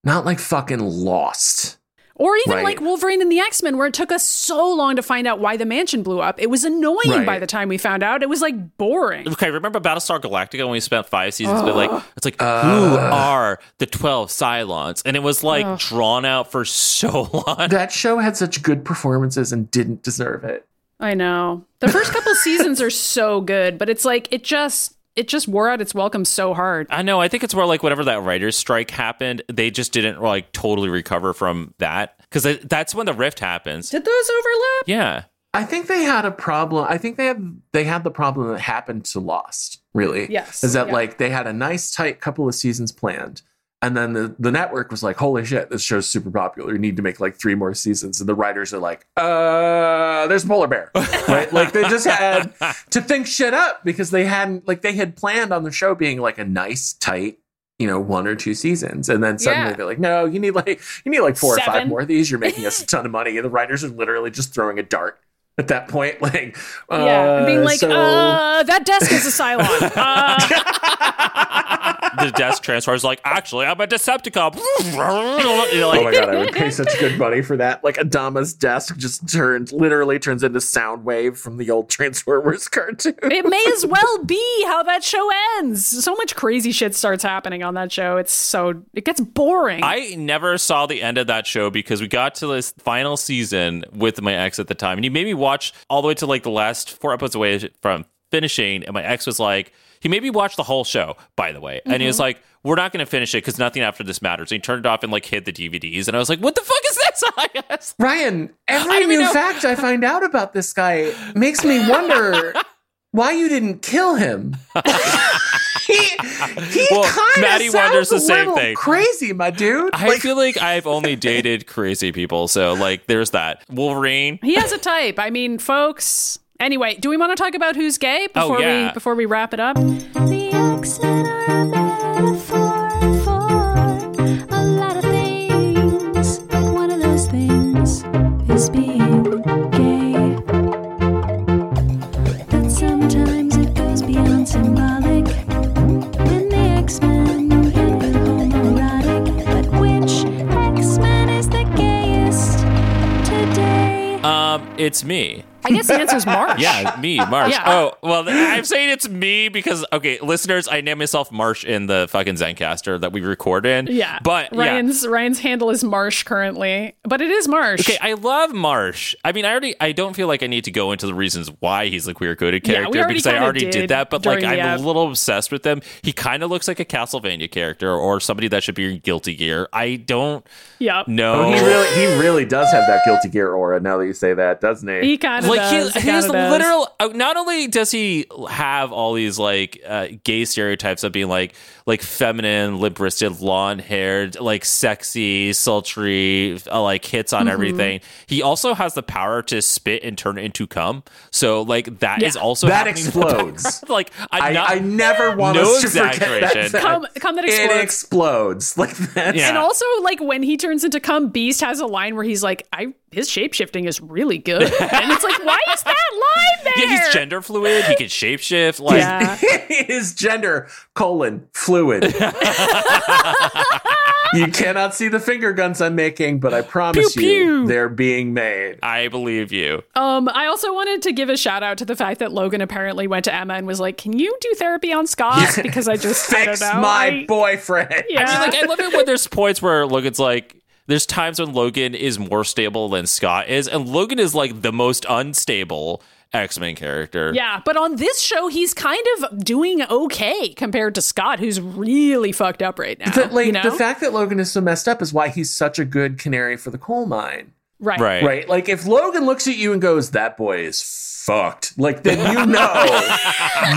C: Not like fucking lost.
A: Or even
C: Right.
A: like Wolverine and the X Men, where it took us so long to find out why the mansion blew up. It was annoying
C: Right.
A: by the time we found out. It was like boring.
B: Okay, remember Battlestar Galactica when we spent five seasons, but like it's like who
A: Uh.
C: Ugh.
B: are the twelve Cylons, and it was like drawn out for so long.
C: That show had such good performances and didn't deserve it.
A: I know. The first couple seasons are so good, but it's like it just it just wore out its welcome so hard.
B: I know. I think it's more like whatever that writer's strike happened, they just didn't like totally recover from that because that's when the rift happens.
A: Did those overlap?
B: Yeah.
C: I think they had a problem. I think they had they had the problem that happened to Lost. Really,
A: Yes,
C: is that
A: yeah.
C: like they had a nice tight couple of seasons planned, and then the the network was like, "Holy shit, this show's super popular. We need to make like three more seasons." And the writers are like, "Uh, there's a polar bear, right?" Like they just had to think shit up because they hadn't like they had planned on the show being like a nice tight. You know, one or two seasons, and then suddenly
A: Yeah.
C: they're like, "No, you need like you need like four or five
A: Seven.
C: more of these. You're making us a ton of money." And the writers are literally just throwing a dart at that point. Like, uh,
A: yeah, being like,
C: so-
A: uh, that desk is a Cylon. Uh,
B: the desk transforms like actually i'm a decepticon You know, like,
C: oh my god, I would pay such good money for that. Like Adama's desk just turned, literally turns into Soundwave from the old Transformers cartoon.
A: it may as well be how that show ends. So much crazy shit starts happening on that show. It's so it gets boring.
B: i never saw the end of that show because we got to this final season with my ex at the time and he made me watch all the way to like the last four episodes away from finishing and my ex was like he made me watch the whole show by the way and he was like we're not going to finish it because nothing after this matters and he turned it off and like hid the dvds and i was like what the fuck is this I was
C: Ryan,
B: I
C: every
B: don't
C: new
B: know.
C: fact I find out about this guy makes me wonder why you didn't kill him. he he
B: Well,
C: kind
B: Maddie
C: of
B: wonders
C: sounds
B: the
C: a
B: same
C: little
B: thing.
C: crazy, my dude.
B: I feel like I've only dated crazy people, so like there's that. Wolverine,
A: He has a type. I mean, folks. Anyway, do we want to talk about who's gay
B: Oh,
A: before
B: yeah.
A: we before we wrap it up?
D: The X-Men are a metaphor for a lot of things, but one of those things is being gay. But sometimes it goes beyond symbolic. In the X-Men, you have been homoerotic, but which X-Men is the gayest today?
B: um, it's me.
A: I guess the answer's Marsh.
B: Yeah, me, Marsh.
A: Yeah.
B: Oh, well, th- I'm saying it's me because okay, listeners, I named myself Marsh in the fucking Zencaster that we record in.
A: Yeah.
B: but yeah.
A: Ryan's Ryan's handle is Marsh currently, but it is Marsh.
B: Okay, I love Marsh. I mean, I already, I don't feel like I need to go into the reasons why he's a queer coded
A: Yeah, we
B: character
A: already
B: because I
A: kinda
B: already did,
A: did
B: that. But like,
A: during the
B: I'm
A: app.
B: a little obsessed with him. He kind of looks like a Castlevania character or somebody that should be in Guilty Gear. I don't
A: yep.
B: know.
C: Oh, he really he really does have that guilty gear aura now that you say that, doesn't he?
A: He kind of does.
B: like he,
A: kinda
B: he's
A: does.
B: literal uh, not only does he have all these like uh, gay stereotypes of being like like feminine lip wristed blonde haired like sexy sultry uh, like hits
A: Mm-hmm.
B: on everything he also has the power to spit and turn it into cum so like that is
A: Yeah.
B: also
C: That
B: happening in the
C: explodes.
B: background. like
C: I,
B: i'm not
C: I never want
B: no
C: us to forget that.
B: exaggeration.
C: fact.
A: Come, come that
C: it
A: explodes.
C: explodes like that.
B: Yeah.
A: And also, like when he turns into cum, Beast has a line where he's like, "I his shapeshifting is really good," and it's like, why is that line there?
B: yeah, he's gender fluid he can shapeshift like
A: Yeah.
C: His gender colon fluid. you cannot see the finger guns I'm making, but I promise
A: Pew,
C: you,
A: pew.
C: they're being made.
B: i believe you
A: Um, I also wanted to give a shout out to the fact that Logan apparently went to Emma and was like, "Can you do therapy on Scott?" Because I just I don't
C: Fix
A: know.
C: my
A: I-
C: boyfriend.
A: yeah.
B: I mean, like I love it when there's points where Logan's like, there's times when Logan is more stable than Scott is, and Logan is like the most unstable X Men character.
A: Yeah, but on this show, he's kind of doing okay compared to Scott, who's really fucked up right now.
C: But like
A: you know?
C: the fact that Logan is so messed up is why he's such a good canary for the coal mine.
A: right?
B: Right.
C: Right? Like if Logan looks at you and goes, "That boy is fucked," like then you know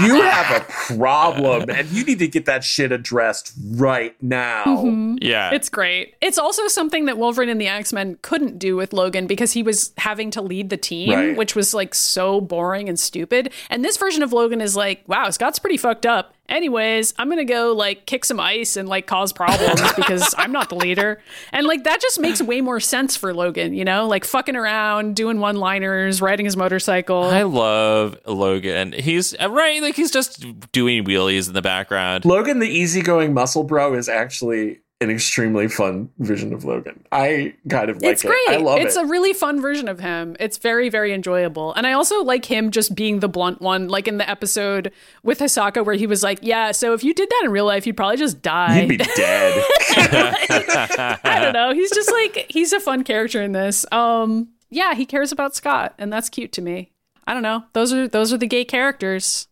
C: you have a problem and you need to get that shit addressed right now.
A: Mm-hmm.
B: Yeah.
A: It's great. It's also something that Wolverine and the X Men couldn't do with Logan because he was having to lead the team,
C: Right.
A: which was like so boring and stupid. And this version of Logan is like, wow, Scott's pretty fucked up. Anyways, I'm gonna go like kick some ice and like cause problems because I'm not the leader. And like that just makes way more sense for Logan, you know, like fucking around, doing one liners, riding his motorcycle.
B: I love Logan. He's uh, right, like he's just doing wheelies in the background.
C: Logan, the easygoing muscle bro, is actually an extremely fun vision of Logan. I kind of like
A: it's
C: it.
A: great.
C: I love
A: it's
C: it.
A: a really fun version of him. It's very, very enjoyable. And I also like him just being the blunt one, like in the episode with Hisaka where he was like, Yeah, so if you did that in real life, you'd probably just die.
C: You'd be dead.
A: I don't know. He's just like he's a fun character in this. Um yeah, he cares about Scott, and that's cute to me. I don't know. Those are those are the gay characters.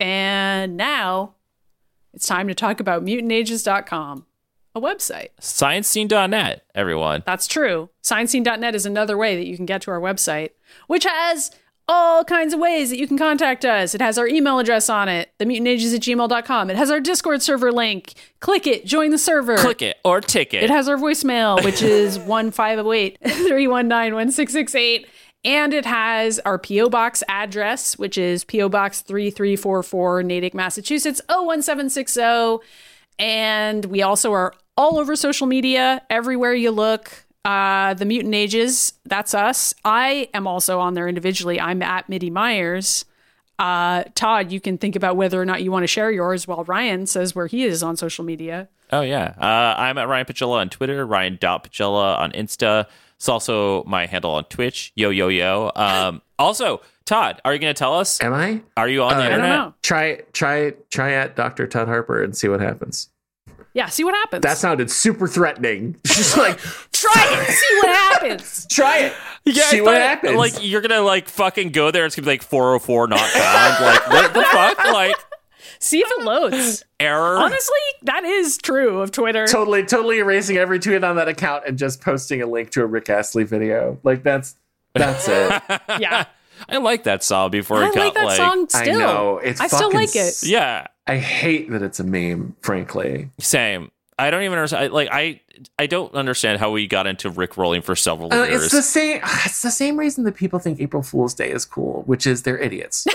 A: And now it's time to talk about mutantAges.com, a website.
B: Sciencescene.net, everyone.
A: That's true. ScienceScene.net is another way that you can get to our website, which has all kinds of ways that you can contact us. It has our email address on it, themutinages at gmail.com. It has our Discord server link. Click it, join the server.
B: Click it or tick it.
A: It has our voicemail, which is 1508 319 1668. And it has our P.O. Box address, which is P.O. Box 3344, Natick, Massachusetts 01760. oh. And we also are all over social media, everywhere you look. Uh, the Mutant Ages, that's us. I am also on there individually. I'm at Mitty Myers. Uh, Todd, you can think about whether or not you want to share yours while Ryan says where he is on social media.
B: Oh yeah, uh, I'm at Ryan Pacella on Twitter, Ryan Pacella on Insta. It's also my handle on Twitch. Yo yo yo. Um, also, Todd, are you going to tell us?
C: Am I?
B: Are you on the
C: I don't
A: I
B: internet?
A: don't know.
C: Try try try at Dr. Todd Harper and see what happens.
A: Yeah, see what happens.
C: That sounded super threatening. Just like
A: try it. See what happens.
C: try it.
B: Yeah, I
C: see what
B: thought,
C: happens.
B: Like you're gonna like fucking go there. It's gonna be like 404 not found. like what the fuck? Like
A: See if it loads.
B: error.
A: Honestly, that is true of Twitter.
C: totally totally erasing every tweet on that account and just posting a link to a Rick Astley video. Like that's that's it.
A: Yeah,
B: I like that song before
A: I
B: it got
A: like that song still.
C: I know. It's
A: I still
C: fucking
A: like it.
C: s-
B: Yeah,
C: I hate that it's a meme, frankly.
B: same. I don't even understand. I- Like I, I don't understand how we got into Rick rolling for several
C: Uh,
B: years.
C: it's the same it's the same reason that people think April Fool's Day is cool, which is they're idiots.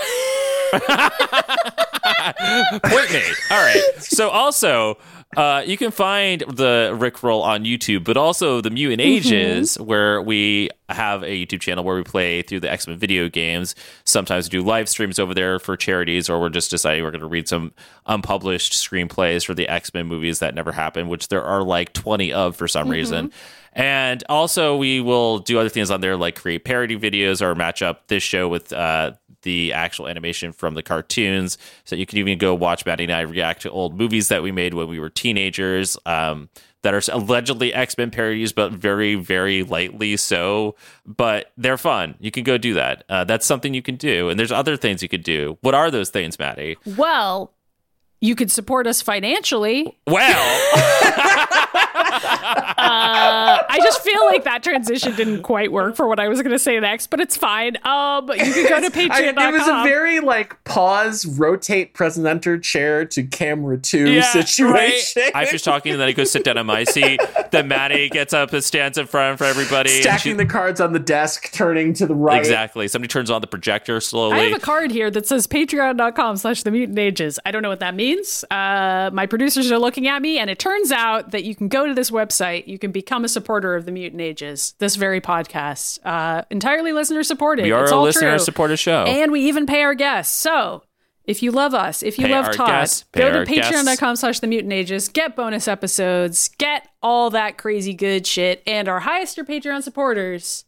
B: Point made. All right. So also, uh, you can find the Rickroll on YouTube, but also the Mutant Ages, where we have a YouTube channel where we play through the X Men video games. Sometimes we do live streams over there for charities, or we're just deciding we're going to read some unpublished screenplays for the X Men movies that never happened, which there are like twenty of for some reason. And also, we will do other things on there, like create parody videos or match up this show with uh, the actual animation from the cartoons. So you can even go watch Maddie and I react to old movies that we made when we were teenagers um, that are allegedly X Men parodies, but very, very lightly so. But they're fun. You can go do that. Uh, that's something you can do. And there's other things you could do. What are those things, Maddie?
A: Well, you could support us financially.
B: Well,
A: Uh, I just feel like that transition didn't quite work for what I was going to say next, but it's fine. Um, you can go to
C: I-
A: Patreon.com.
C: it was a very like pause, rotate presenter chair to camera two situation.
B: right? I'm just talking, and then I go sit down on my seat. Then Maddie gets up and stands in front for everybody. and
C: Stacking
B: she-
C: the cards on the desk, turning to the right.
B: Exactly. Somebody turns on the projector slowly.
A: I have a card here that says patreon.com slash the mutant ages. I don't know what that means. Uh, my producers are looking at me, and it turns out that you can go to this website. You can become a supporter of the mutant ages, this very podcast. Uh, entirely listener supported.
B: we are
A: it's
B: a
A: all
B: listener
A: true.
B: supported Oh. show.
A: And we even pay our guests. So if you love us, if you
B: Pay
A: love
B: our
A: Todd,
B: guests, pay
A: go to
B: our guests.
A: patreon.com slash the mutant ages, get bonus episodes, get all that crazy good shit, and our highest or Patreon supporters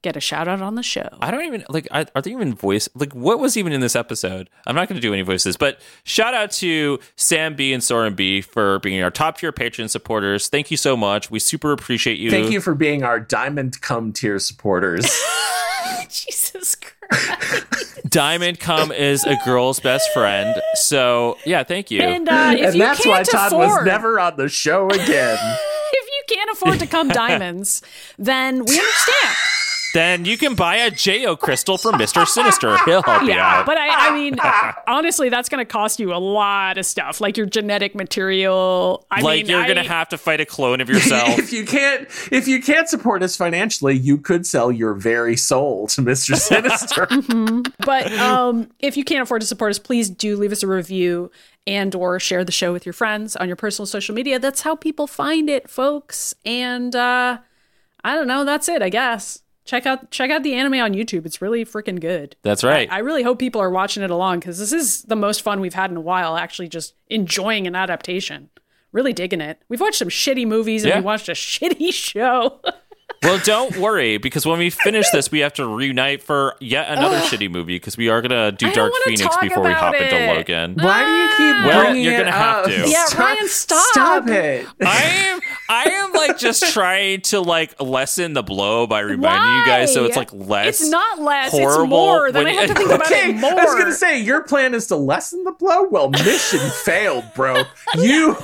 A: get a shout out on the show.
B: I don't even like. I, are they even voice? Like, what was even in this episode? I'm not going to do any voices, but shout out to Sam B and Soren B for being our top tier patron supporters. Thank you so much. We super appreciate you.
C: Thank you for being our diamond come tier supporters.
A: Jesus Christ.
B: Diamond Come is a girl's best friend. So yeah, thank you.
A: And uh, if
C: and
A: you
C: that's why
A: can't
C: Todd
A: afford,
C: was never on the show again.
A: if you can't afford to come diamonds, then we understand.
B: then you can buy a Jo crystal from Mister Sinister. He'll help you
A: Yeah,
B: out.
A: but I, I mean, honestly, that's going to cost you a lot of stuff, like your genetic material. I
B: like
A: mean,
B: you're
A: I-
B: gonna have to fight a clone of yourself.
C: if you can't if you can't support us financially, you could sell your very soul to Mr. Sinister.
A: But um, if you can't afford to support us, please do leave us a review and or share the show with your friends on your personal social media. That's how people find it, folks. And uh, I don't know. That's it, I guess. Check out check out the anime on YouTube. It's really freaking good.
B: That's right.
A: I really hope people are watching it along because this is the most fun we've had in a while, actually just enjoying an adaptation. Really digging it. We've watched some shitty movies and
B: Yeah.
A: we watched a shitty show.
B: Well, don't worry because when we finish this, we have to reunite for yet another shitty movie because we are gonna do
A: I don't
B: Dark
A: wanna
B: Phoenix
A: talk
B: before we
A: about
B: hop into
A: it.
B: Logan.
C: Why do you keep
B: Well,
C: bringing
B: you're gonna
C: it
B: have
C: up?
B: to.
A: Yeah, Ryan, stop.
C: Stop it.
B: I am I am like just trying to like lessen the blow by reminding you guys so it's
A: Why?
B: like less
A: It's not less, it's
B: horrible
A: more, then
B: when-
A: I have to think about-
C: Okay,
A: Nothing
C: I was
A: more.
C: gonna say your plan is to lessen the blow. Well, mission failed, bro. You,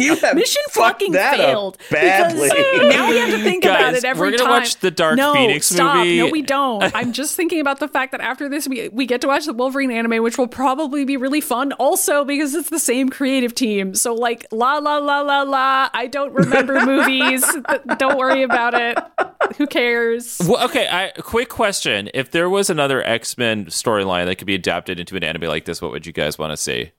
C: you have
A: Mission
C: fucked
A: fucking
C: that up
A: failed.
C: badly.
A: Because now we have to think about
B: Guys,
A: it every
B: we're
A: time.
B: gonna watch the Dark
A: no,
B: Phoenix
A: stop.
B: movie.
A: No, we don't. I'm just thinking about the fact that after this, we we get to watch the Wolverine anime, which will probably be really fun, also because it's the same creative team. So like la la la la la. I don't remember movies. Th- don't worry about it. Who cares?
B: Well, okay, I, quick question. If there was another X Men storyline that could be adapted into an anime like this, what would you guys want to see?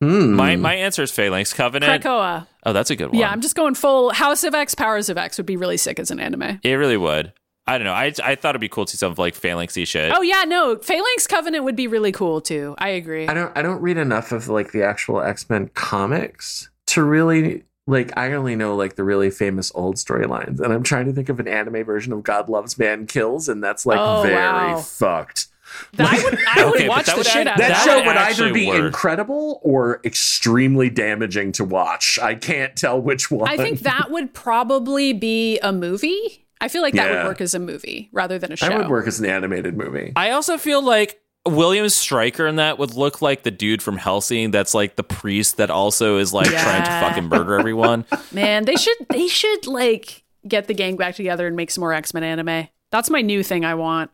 C: Hmm.
B: My my answer is Phalanx Covenant.
A: Krakoa.
B: Oh, that's a good one.
A: Yeah, I'm just going full House of X, Powers of X would be really sick as an anime.
B: it really would. I don't know. I I thought it'd be cool to see something like phalanxy shit.
A: Oh yeah, no, Phalanx Covenant would be really cool too. I agree.
C: I don't I don't read enough of like the actual X-Men comics to really like I only know like the really famous old storylines and I'm trying to think of an anime version of God Loves Man Kills and that's like
A: Oh,
C: very
A: wow.
C: fucked.
A: That- I would, I would
B: Okay, but
A: watch
B: that
A: the
B: would
A: shit
B: add-
A: out of
C: That,
B: That
C: show
B: would
C: would either
B: actually
C: be
B: work.
C: incredible or extremely damaging to watch. I can't tell which one.
A: I think that would probably be a movie. I feel like that
C: Yeah.
A: would work as a movie rather than a show.
C: that would work as an animated movie.
B: I also feel like William Stryker in that would look like the dude from Helsing that's like the priest that also is like
A: Yeah.
B: trying to fucking murder everyone.
A: Man, they should they should like get the gang back together and make some more X Men anime. That's my new thing I want.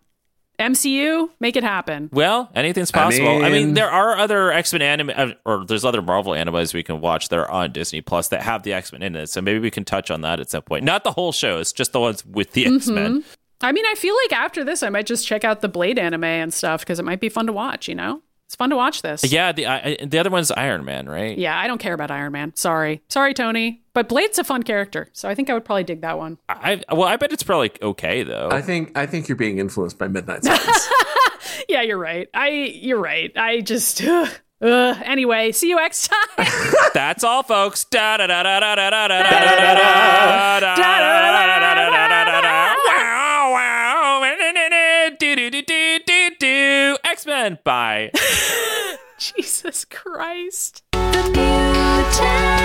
A: MCU, make it happen.
B: well, anything's possible. I mean,
C: mean-
B: there are other X Men anime, uh, or there's other Marvel animes we can watch that are on Disney Plus that have the X Men in it. So maybe we can touch on that at some point. Not the whole show, it's just the ones with the X Men.
A: I mean, I feel like after this, I might just check out the Blade anime and stuff because it might be fun to watch. You know, it's fun to watch this.
B: Yeah, the I, I- the other one's Iron Man, right?
A: Yeah, I don't care about Iron Man. Sorry, sorry, Tony. But Blade's a fun character, so I think I would probably dig that one.
B: I well, I bet it's probably okay though.
C: I think I think you're being influenced by Midnight Suns.
A: Yeah, you're right. I you're right. I just ugh, ugh. anyway. See you next time.
B: That's all, folks. Da da da da da da da da da da da da da da da da da da da da. Wow, wow. Na, na, na, na. Do, do, do, do, do, do. X-Men. Bye.
A: Jesus Christ.
D: The mutant